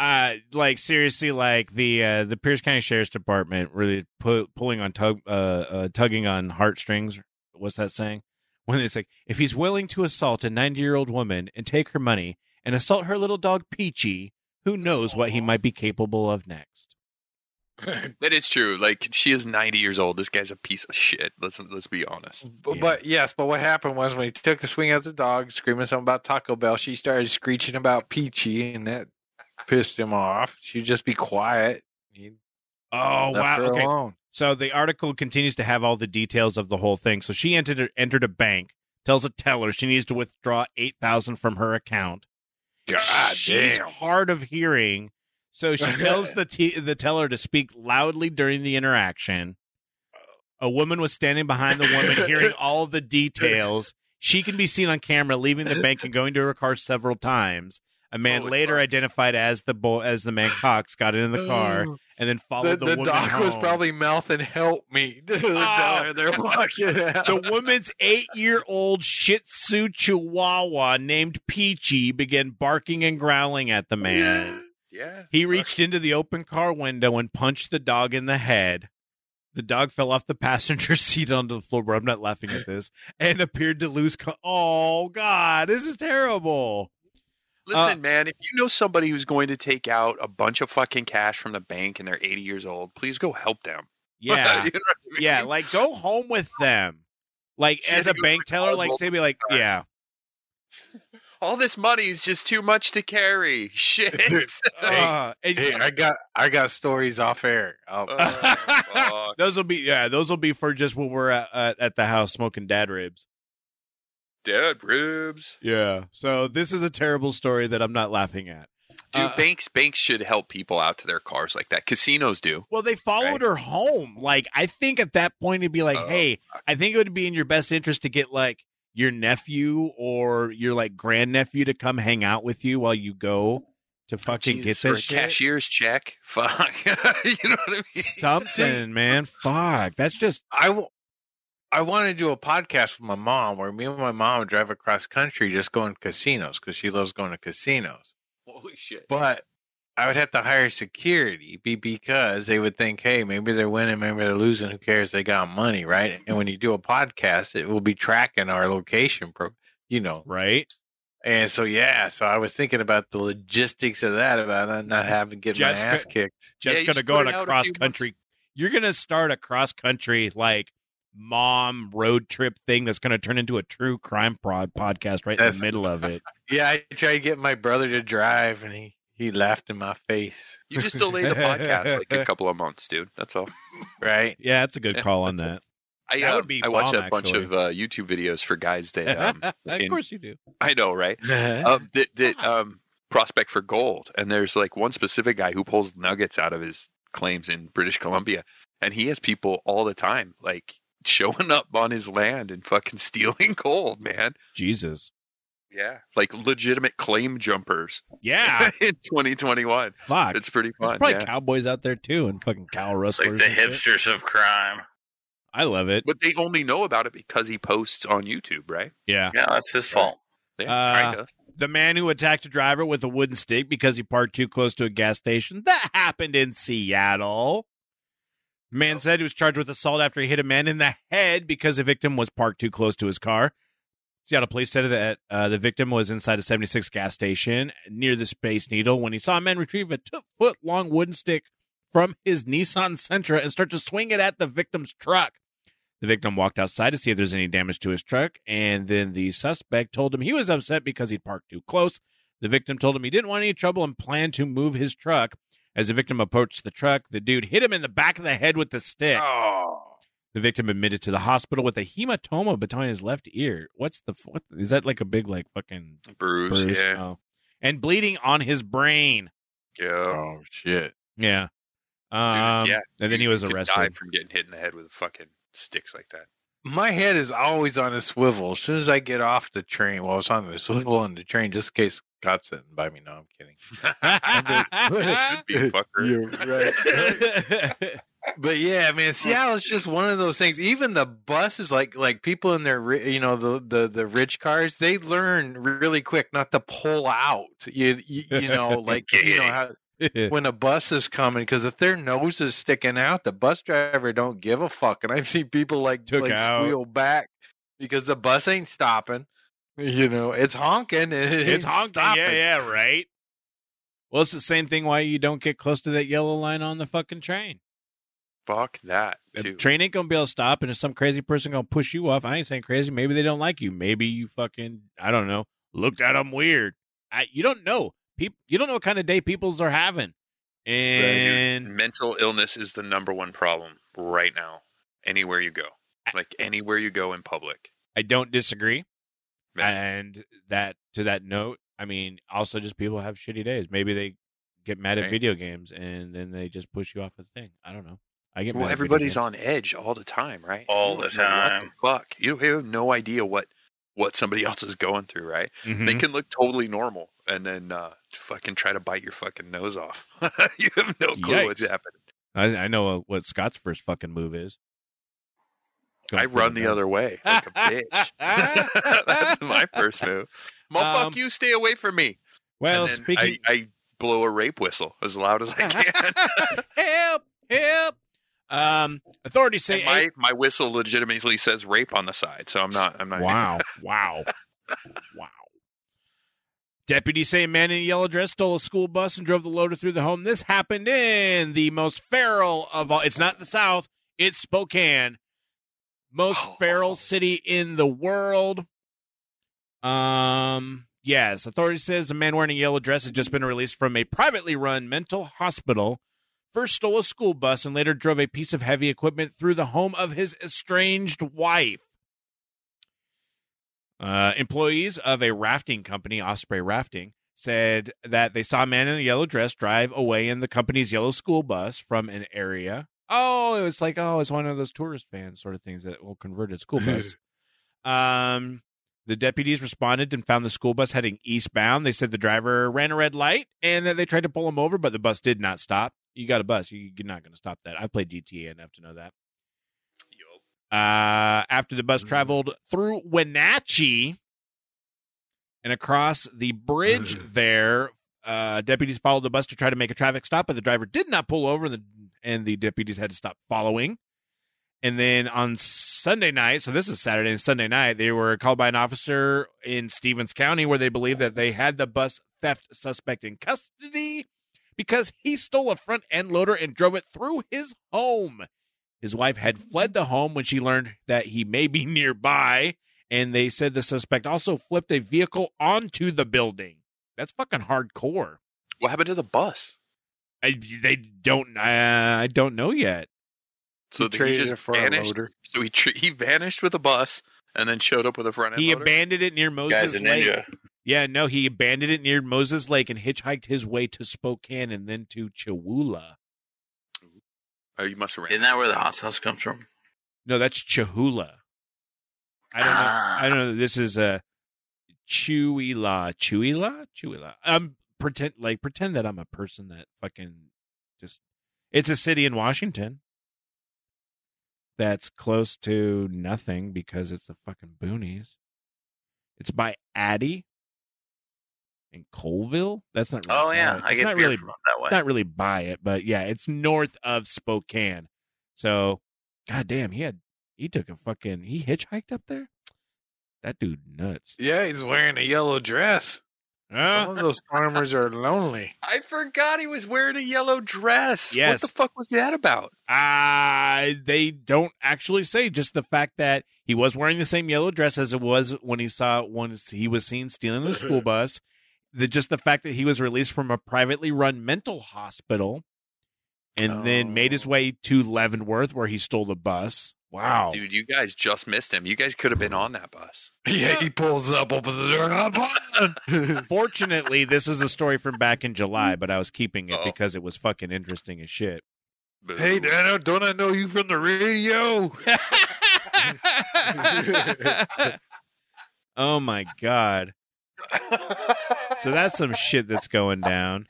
D: uh like seriously like the uh the pierce county sheriff's department really pu- pulling on tug uh, uh tugging on heartstrings what's that saying when it's like if he's willing to assault a 90 year old woman and take her money and assault her little dog peachy who knows what he might be capable of next
B: That is true. Like she is ninety years old. This guy's a piece of shit. Let's let's be honest.
A: But,
D: Yeah.
A: but yes, but what happened was when he took a swing at the dog, screaming something about Taco Bell, she started screeching about Peachy, and that pissed him off. She'd just be quiet. He
D: oh
A: left her alone.
D: So the article continues to have all the details of the whole thing. So she entered entered a bank, tells a teller she needs to withdraw eight thousand from her account. Oh,
B: Ah,
A: God
D: She's
A: damn.
D: hard of hearing, so she tells the t- the teller to speak loudly during the interaction. A woman was standing behind the woman, hearing all the details. She can be seen on camera leaving the bank and going to her car several times. A man
B: Holy
D: later
B: fuck.
D: identified as the boy, as the man Cox got in the car and then
A: The,
D: followed the,
A: the,
D: woman
A: dog was
D: home. Oh,
A: probably mouthing "Help me!" to the teller. They're walking out.
D: The woman's eight year old Shih Tzu Chihuahua named Peachy began barking and growling at the man.
B: Yeah.
D: He reached uh, into the open car window and punched the dog in the head. The dog fell off the passenger seat onto the floorboard. I'm not laughing at this. And appeared to lose. Co- oh, God. This is terrible.
B: Listen, man, if you know somebody who's going to take out a bunch of fucking cash from the bank and they're 80 years old, please go help them.
D: Yeah.
B: You know what I mean?
D: yeah. Like, go home with them. Like,
B: She
D: as a
B: had to go
D: bank
B: through
D: teller,
B: all
D: like,
B: the-
D: say, be like, yeah.
B: All this money is just too much to carry. Shit.
D: Uh, and-
A: Hey, I got I got stories off air. Um, I'll-
B: Oh, fuck.
D: those will be yeah those will be for just when we're at, at, at the house smoking dad ribs
B: Dead ribs.
D: yeah so this is a terrible story that i'm not laughing at
B: Dude,
D: Uh,
B: banks banks should help people out to their cars like that. Casinos do.
D: well they followed her home like i think at that point it'd be like
B: Oh,
D: hey i think it would be in your best interest to get like your nephew or your like grandnephew to come hang out with you while you go to fucking
B: Jesus,
D: get
B: or
D: this
B: a
D: shit.
B: cashier's check. Fuck. you know what I mean?
D: something man fuck that's just
A: I w- I want to do a podcast with my mom where me and my mom drive across country just going to casinos because she loves going to casinos.
B: Holy shit.
A: But I would have to hire security be because they would think, hey, maybe they're winning, maybe they're losing. Who cares? They got money, right? And when you do a podcast, it will be tracking our location, pro- you know.
D: right
A: And so, yeah, so I was thinking about the logistics of that, about not- not having to get my
D: Just
A: ass kicked.
D: just
B: Yeah, you
D: gonna
B: just
D: go
B: put
D: on
B: it out
D: a
B: a few
D: cross country. You're gonna start a cross country like mom road trip thing that's gonna turn into a true crime prod podcast right in
A: That's-
D: the middle of it.
A: Yeah, I tried to get my brother to drive, and he, he laughed in my face,
B: You just delay the podcast like a couple of months, dude. That's all.
A: right?
D: Yeah, that's a good
B: Yeah,
D: call on
B: that's
D: that.
B: I,
D: That
B: uh,
D: would be
B: I watched
D: bomb,
B: a bunch
D: actually.
B: of uh, YouTube videos for guys that um,
D: of
B: in-
D: course you do.
B: I know, right? Uh, that that um, prospect for gold, and there's like one specific guy who pulls nuggets out of his claims in British Columbia, and he has people all the time like showing up on his land and fucking stealing gold, man.
D: Jesus.
B: Yeah, like legitimate claim jumpers
D: Yeah.
B: in 2021.
D: fuck.
B: It's pretty
D: There's
B: fun.
D: probably
B: yeah.
D: cowboys out there too and fucking cow
E: It's like
D: rustlers.
E: the
D: and shit.
E: hipsters of crime.
D: I love it.
B: But they only know about it because he posts on YouTube, right?
D: Yeah.
E: Yeah, that's his fault.
B: Yeah,
D: Uh,
B: kinda.
D: The man who attacked a driver with a wooden stick because he parked too close to a gas station. That happened in Seattle. Man said he was charged with assault after he hit a man in the head because the victim was parked too close to his car. Seattle police said that uh, the victim was inside a 76 gas station near the Space Needle when he saw a man retrieve a two foot long wooden stick from his Nissan Sentra and start to swing it at the victim's truck. The victim walked outside to see if there's any damage to his truck, and then the suspect told him he was upset because he'd parked too close. The victim told him he didn't want any trouble and planned to move his truck. As the victim approached the truck, the dude hit him in the back of the head with the stick.
A: Oh,
D: The victim admitted to the hospital with a hematoma between his left ear. What's the what is that like a big like fucking
B: Bruce,
D: bruise?
B: yeah,
D: Oh. And bleeding on his brain.
B: yeah.
A: oh shit!
D: Yeah. Um,
B: yeah.
D: And then he
B: You
D: was
B: could die
D: arrested.
B: from getting hit in the head with fucking sticks like that.
A: My head is always on a swivel. As soon as I get off the train, well, I was on the swivel on the train just in case Scott's sitting by me. No, I'm kidding.
B: Should be fucker.
A: But yeah, man, Seattle's just one of those things. Even the buses, like like people in their, ri- you know, the the the rich cars, they learn really quick not to pull out. You you, you know, like you know how when a bus is coming because if their nose is sticking out, the bus driver don't give a fuck. And I've seen people like
D: Took
A: like
D: out.
A: squeal back because the bus ain't stopping. You know, it's honking and it ain't
D: it's honking.
A: stopping.
D: Yeah, yeah, right. Well, it's the same thing why you don't get close to that yellow line on the fucking train.
B: Fuck that
D: The
B: too.
D: train ain't gonna be able to stop, and if some crazy person gonna push you off, I ain't saying crazy. Maybe they don't like you. Maybe you fucking I don't know. Looked at them weird. I you don't know. People you don't know what kind of day people's are having.
B: Dude,
D: And
B: mental illness is the number one problem right now. Anywhere you go, like anywhere you go in public.
D: I don't disagree.
B: Yeah.
D: And that to that note, I mean, also just people have shitty days. Maybe they get mad at
B: Right.
D: video games and then they just push you off a thing. I don't know. I get
B: Well,
D: mad at video
B: everybody's
D: games.
B: on edge all the time, right?
E: All
B: You
E: the
B: don't know what
E: time.
B: fuck, you, you have no idea what what somebody else is going through, right?
D: Mhm.
B: They can look totally normal and then uh, fucking try to bite your fucking nose off. you have no clue what's
D: Yikes.
B: happening.
D: I, I know uh, what Scott's first fucking move is.
B: I run the other way like a bitch. That's my first move. Mom,
D: Um,
B: fuck you, stay away from me.
D: Well,
B: And then
D: speaking Uh-huh.
B: I, I blow a rape whistle as loud as I can.
D: help, help. Um, authorities say
B: And my, my whistle legitimately says rape on the side, so I'm not I'm not
D: Wow. Wow. wow. Deputies say a man in a yellow dress stole a school bus and drove the loader through the home. This happened in the most feral of all. It's not the South, it's Spokane. Most
B: Oh.
D: feral city in the world. Um, yes, authorities says a man wearing a yellow dress has just been released from a privately run mental hospital. First stole a school bus and later drove a piece of heavy equipment through the home of his estranged wife. Uh, employees of a rafting company, Osprey Rafting, said that they saw a man in a yellow dress drive away in the company's yellow school bus from an area. Oh, it was like, oh, it's one of those tourist van sort of things that will convert a school bus. um, the deputies responded and found the school bus heading eastbound. They said the driver ran a red light and that they tried to pull him over, but the bus did not stop. You got a bus. You- You're not going to stop that. I've played GTA enough to know that. Uh, after the bus traveled through Wenatchee and across the bridge there, uh, deputies followed the bus to try to make a traffic stop, but the driver did not pull over, and the, and the deputies had to stop following. And then on Sunday night, so this is Saturday and Sunday night, they were called by an officer in Stevens County where they believed that they had the bus theft suspect in custody because he stole a front end loader and drove it through his home. His wife had fled the home when she learned that he may be nearby, and they said the suspect also flipped a vehicle onto the building. That's fucking hardcore.
B: What happened to the bus?
D: I, they don't. uh, I, I don't know yet.
B: So that he just vanished. So he tr- he vanished with a bus and then showed up with a front end.
D: He
B: loader?
D: abandoned it near
E: Guy's
D: Moses
E: a
D: Lake.
E: ninja.
D: Yeah, no, he abandoned it near Moses Lake and hitchhiked his way to Spokane and then to Chihuahua.
B: Oh, you must have ran.
C: Isn't that where the hot sauce comes from?
D: No, that's Chihuahua. I don't know.
C: Ah.
D: I don't know. This is uh, a Chuila, Chuila, Chuila. Um, pretend like pretend that I'm a person that fucking just. It's a city in Washington that's close to nothing because it's the fucking boonies. It's by Addy and Colville. That's not. Really
C: Oh yeah,
D: by-
C: I
D: it's
C: get
D: not
C: beer
D: really
C: from up that way.
D: not really by it, but yeah, it's north of Spokane. So, goddamn, he had he took a fucking he hitchhiked up there. That dude nuts.
A: Yeah, he's wearing a yellow dress.
D: Uh.
A: Some of those farmers are lonely.
B: I forgot he was wearing a yellow dress. What
D: Yes.
B: the fuck was that about?
D: Uh, they don't actually say just the fact that he was wearing the same yellow dress as it was when he saw once he was seen stealing the school bus. The just the fact that he was released from a privately run mental hospital and then made his
B: Oh.
D: way to Leavenworth where he stole the bus. Wow.
B: Dude, you guys just missed him. You guys could have been on that bus.
A: Yeah, he pulls up, opens the door. "Hop on."
D: Fortunately, this is a story from back in July, but I was keeping it
B: Uh-oh.
D: because it was fucking interesting as shit.
B: Boo.
A: hey, Dano, don't I know you from the radio?
D: oh my god. So that's some shit that's going down.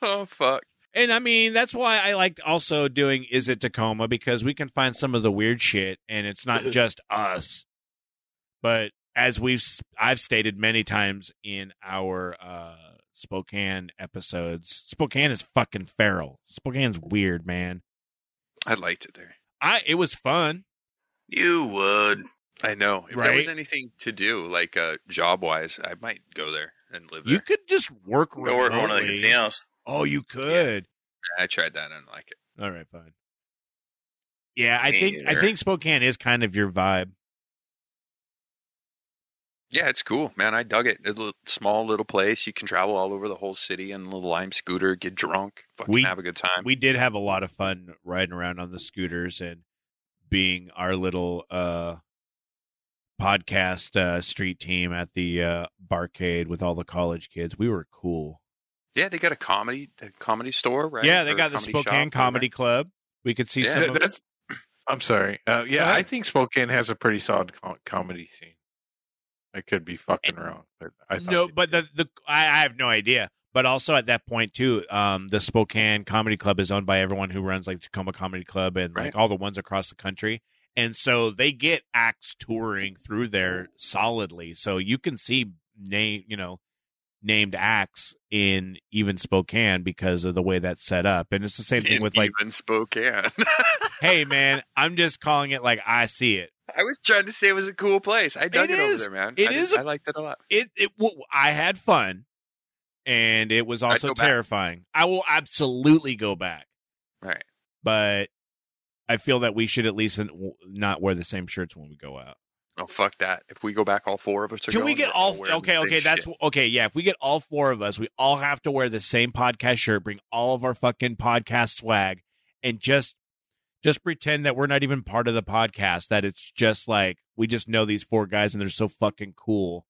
B: oh fuck.
D: And I mean, that's why I liked also doing Is It Tacoma because we can find some of the weird shit and it's not just us. But as we've s- I've stated many times in our uh Spokane episodes. Spokane is fucking feral. Spokane's weird, man.
B: I liked it there.
D: I it was fun.
E: You would.
B: I know. If there
D: Right?
B: was anything to do, like uh, job wise, I might go there and live there.
D: You could just work
E: Go work one of the
D: remotely.
E: casinos.
D: Oh, you could.
B: I tried that. I didn't like it.
D: All right, fine. Yeah, I think I
E: Here.
D: think Spokane is kind of your vibe.
B: Yeah, it's cool, man. I dug it. It's a little, small little place. You can travel all over the whole city in a little lime scooter, get drunk, fucking
D: We-
B: have a good time.
D: We did have a lot of fun riding around on the scooters and being our little uh podcast uh street team at the uh barcade with all the college kids. We were cool.
B: yeah, they got a comedy a comedy store, right?
D: Yeah, they
B: Or a
D: got the
B: comedy shop,
D: Spokane Comedy Club. We could see
B: Yeah.
D: some
B: Th-
D: of-
A: that's, I'm sorry. Uh,
D: Go
A: yeah,
D: ahead.
A: I think Spokane has a pretty solid com- comedy scene. I could be fucking wrong, Eh, but I thought
D: no,
A: they
D: but
A: did.
D: the the I, I have no idea. But also at that point too, um, the Spokane Comedy Club is owned by everyone who runs like Tacoma Comedy Club and like
B: Right.
D: all the ones across the country, and so they get acts touring through there solidly. So you can see name you know named acts in even Spokane because of the way that's set up, and it's the same thing
B: in
D: with like,
B: even Spokane.
D: hey man, I'm just calling it like I see it.
B: I was trying to say it was a cool place. I dug it,
D: It is.
B: over there, man.
D: It
B: I did-
D: is a-
B: I liked it a lot.
D: it it w- I had fun, and it was also
B: go back.
D: terrifying. I will absolutely go back,
B: Right.
D: but I feel that we should at least n- w- not wear the same shirts when we go out.
B: Oh fuck that! If we go back, all four of us are.
D: Can we
B: going,
D: get
B: we're
D: all?
B: wearing the
D: Okay,
B: same
D: okay, that's
B: shit.
D: okay. Yeah, if we get all four of us, we all have to wear the same podcast shirt, bring all of our fucking podcast swag, and just just pretend that we're not even part of the podcast. That it's just like we just know these four guys and they're so fucking cool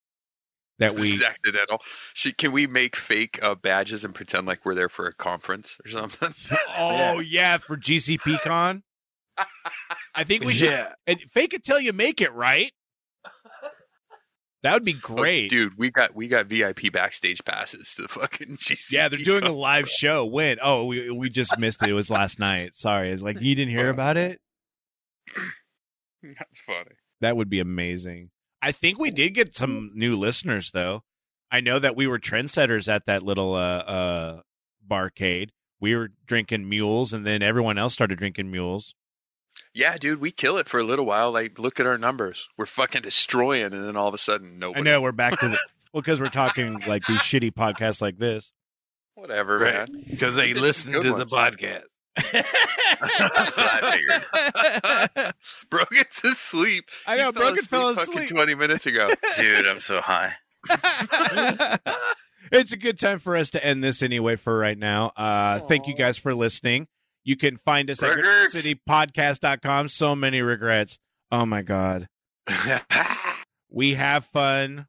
D: that we.
B: This is accidental. She, can we make fake uh, badges and pretend like we're there for a conference or something?
D: Oh yeah, for GCPCon. I think we should
A: yeah,
D: and fake it till you make it, right? That would be
B: Look,
D: great.
B: dude. We got we got VIP backstage passes to the fucking GC.
D: yeah, they're doing a live show. When? Oh, we we just missed it. It was last night. Sorry. It's Like you didn't hear about it?
B: That's funny.
D: That would be amazing. I think we did get some new listeners though. I know that we were trendsetters at that little uh uh barcade. We were drinking mules and then everyone else started drinking mules.
B: Yeah, dude, we kill it for a little while. Like, look at our numbers. We're fucking destroying, and then all of a sudden, nobody.
D: I know we're back to the well, because we're talking like these shitty podcasts like this.
B: Whatever,
A: Right.
B: man.
A: because
B: We
A: they
B: did some
A: listen
B: good
A: to the
B: ones.
A: podcast.
E: That's what I figured.
B: Brogan's asleep.
D: I
B: He
D: know Broken fell
B: fucking
D: asleep.
B: twenty minutes ago.
E: Dude, I'm so high.
D: it's a good time for us to end this anyway for right now. Uh, thank you guys for listening. You can find us at
E: Regrets.
D: citypodcast.com. So many regrets. Oh my God. We have fun,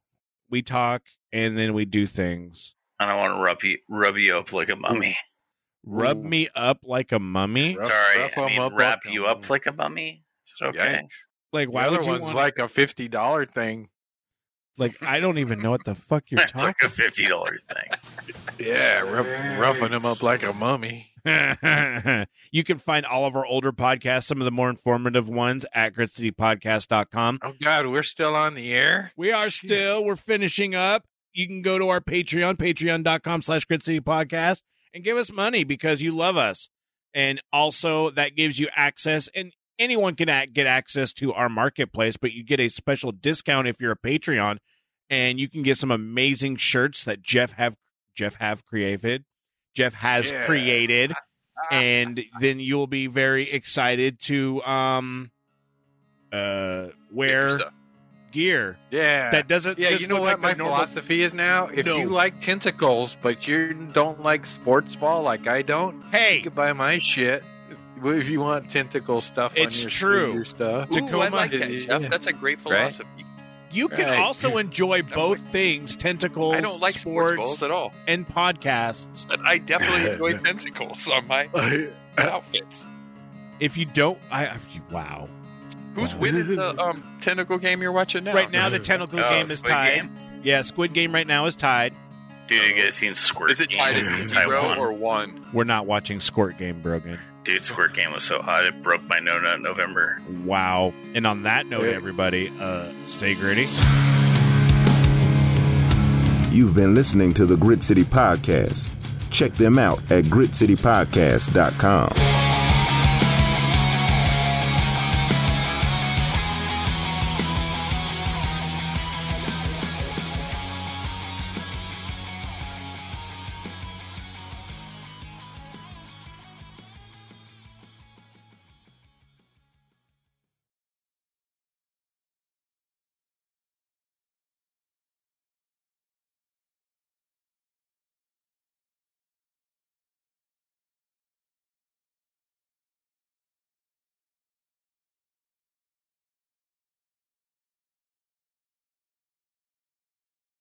D: we talk, and then we do things.
E: I don't want to rub you, rub you up like a mummy.
D: Rub me up like I mean,
A: Rough-
E: Sorry,
A: rough
E: I
A: 'em
E: mean
A: up
E: wrap
A: like a
E: you up
A: mummy.
E: like a mummy. Is it okay?
D: Like,
A: Why
D: why
A: the
D: would
A: other
D: you
A: one's
D: want-
A: like a fifty dollar thing.
D: like, I don't even know what the fuck you're
E: It's
D: talking
E: like a fifty dollar thing.
A: Yeah, rough, roughing him up like a mummy.
D: you can find all of our older podcasts, some of the more informative ones at gritcitypodcast.com.
A: Oh God, we're still on the air.
D: We are still, we're finishing up. You can go to our Patreon, patreon.com slash gritcitypodcast and give us money because you love us. And also that gives you access and anyone can ac- get access to our marketplace, but you get a special discount if you're a Patreon and you can get some amazing shirts that Jeff have Jeff have created. Jeff has
A: Yeah.
D: created and then you'll be very excited to um uh wear
B: Stuff.
D: gear
A: Yeah,
D: that doesn't
A: yeah.
D: just
A: You know
D: look
A: what
D: like
A: my
D: the normal-
A: philosophy is now? If
D: No.
A: you like tentacles, but you don't like sports ball like I don't, you
D: hey
A: can buy my shit if you want tentacle stuff.
D: It's
A: on your
D: true.
A: Your stuff.
B: Ooh, I
D: Tacoma
B: like that,
A: did-
B: Jeff. That's a great
A: Right?
B: philosophy.
D: you can
A: Right.
D: also enjoy both things tentacles
B: I don't like sports,
D: sports,
B: balls at all,
D: and podcasts
B: but I definitely enjoy tentacles on my outfits.
D: if you don't i I- wow
B: Who's winning the um, tentacle game you're watching now?
D: right now the tentacle
E: Oh,
D: game is
E: Squid
D: tied
E: Game?
D: yeah squid game right now is tied
E: Dude, you guys seen Squirt
B: Is it
E: Game?
B: tied at
E: I
B: zero
E: won.
B: or one?
D: we're not watching squirt game brogan
E: Dude, Squirt Game was so hot it broke my no no November.
D: wow and on that note
A: Yeah.
D: everybody uh stay gritty
J: You've been listening to the Grit City Podcast. Check them out at gritcitypodcast.com.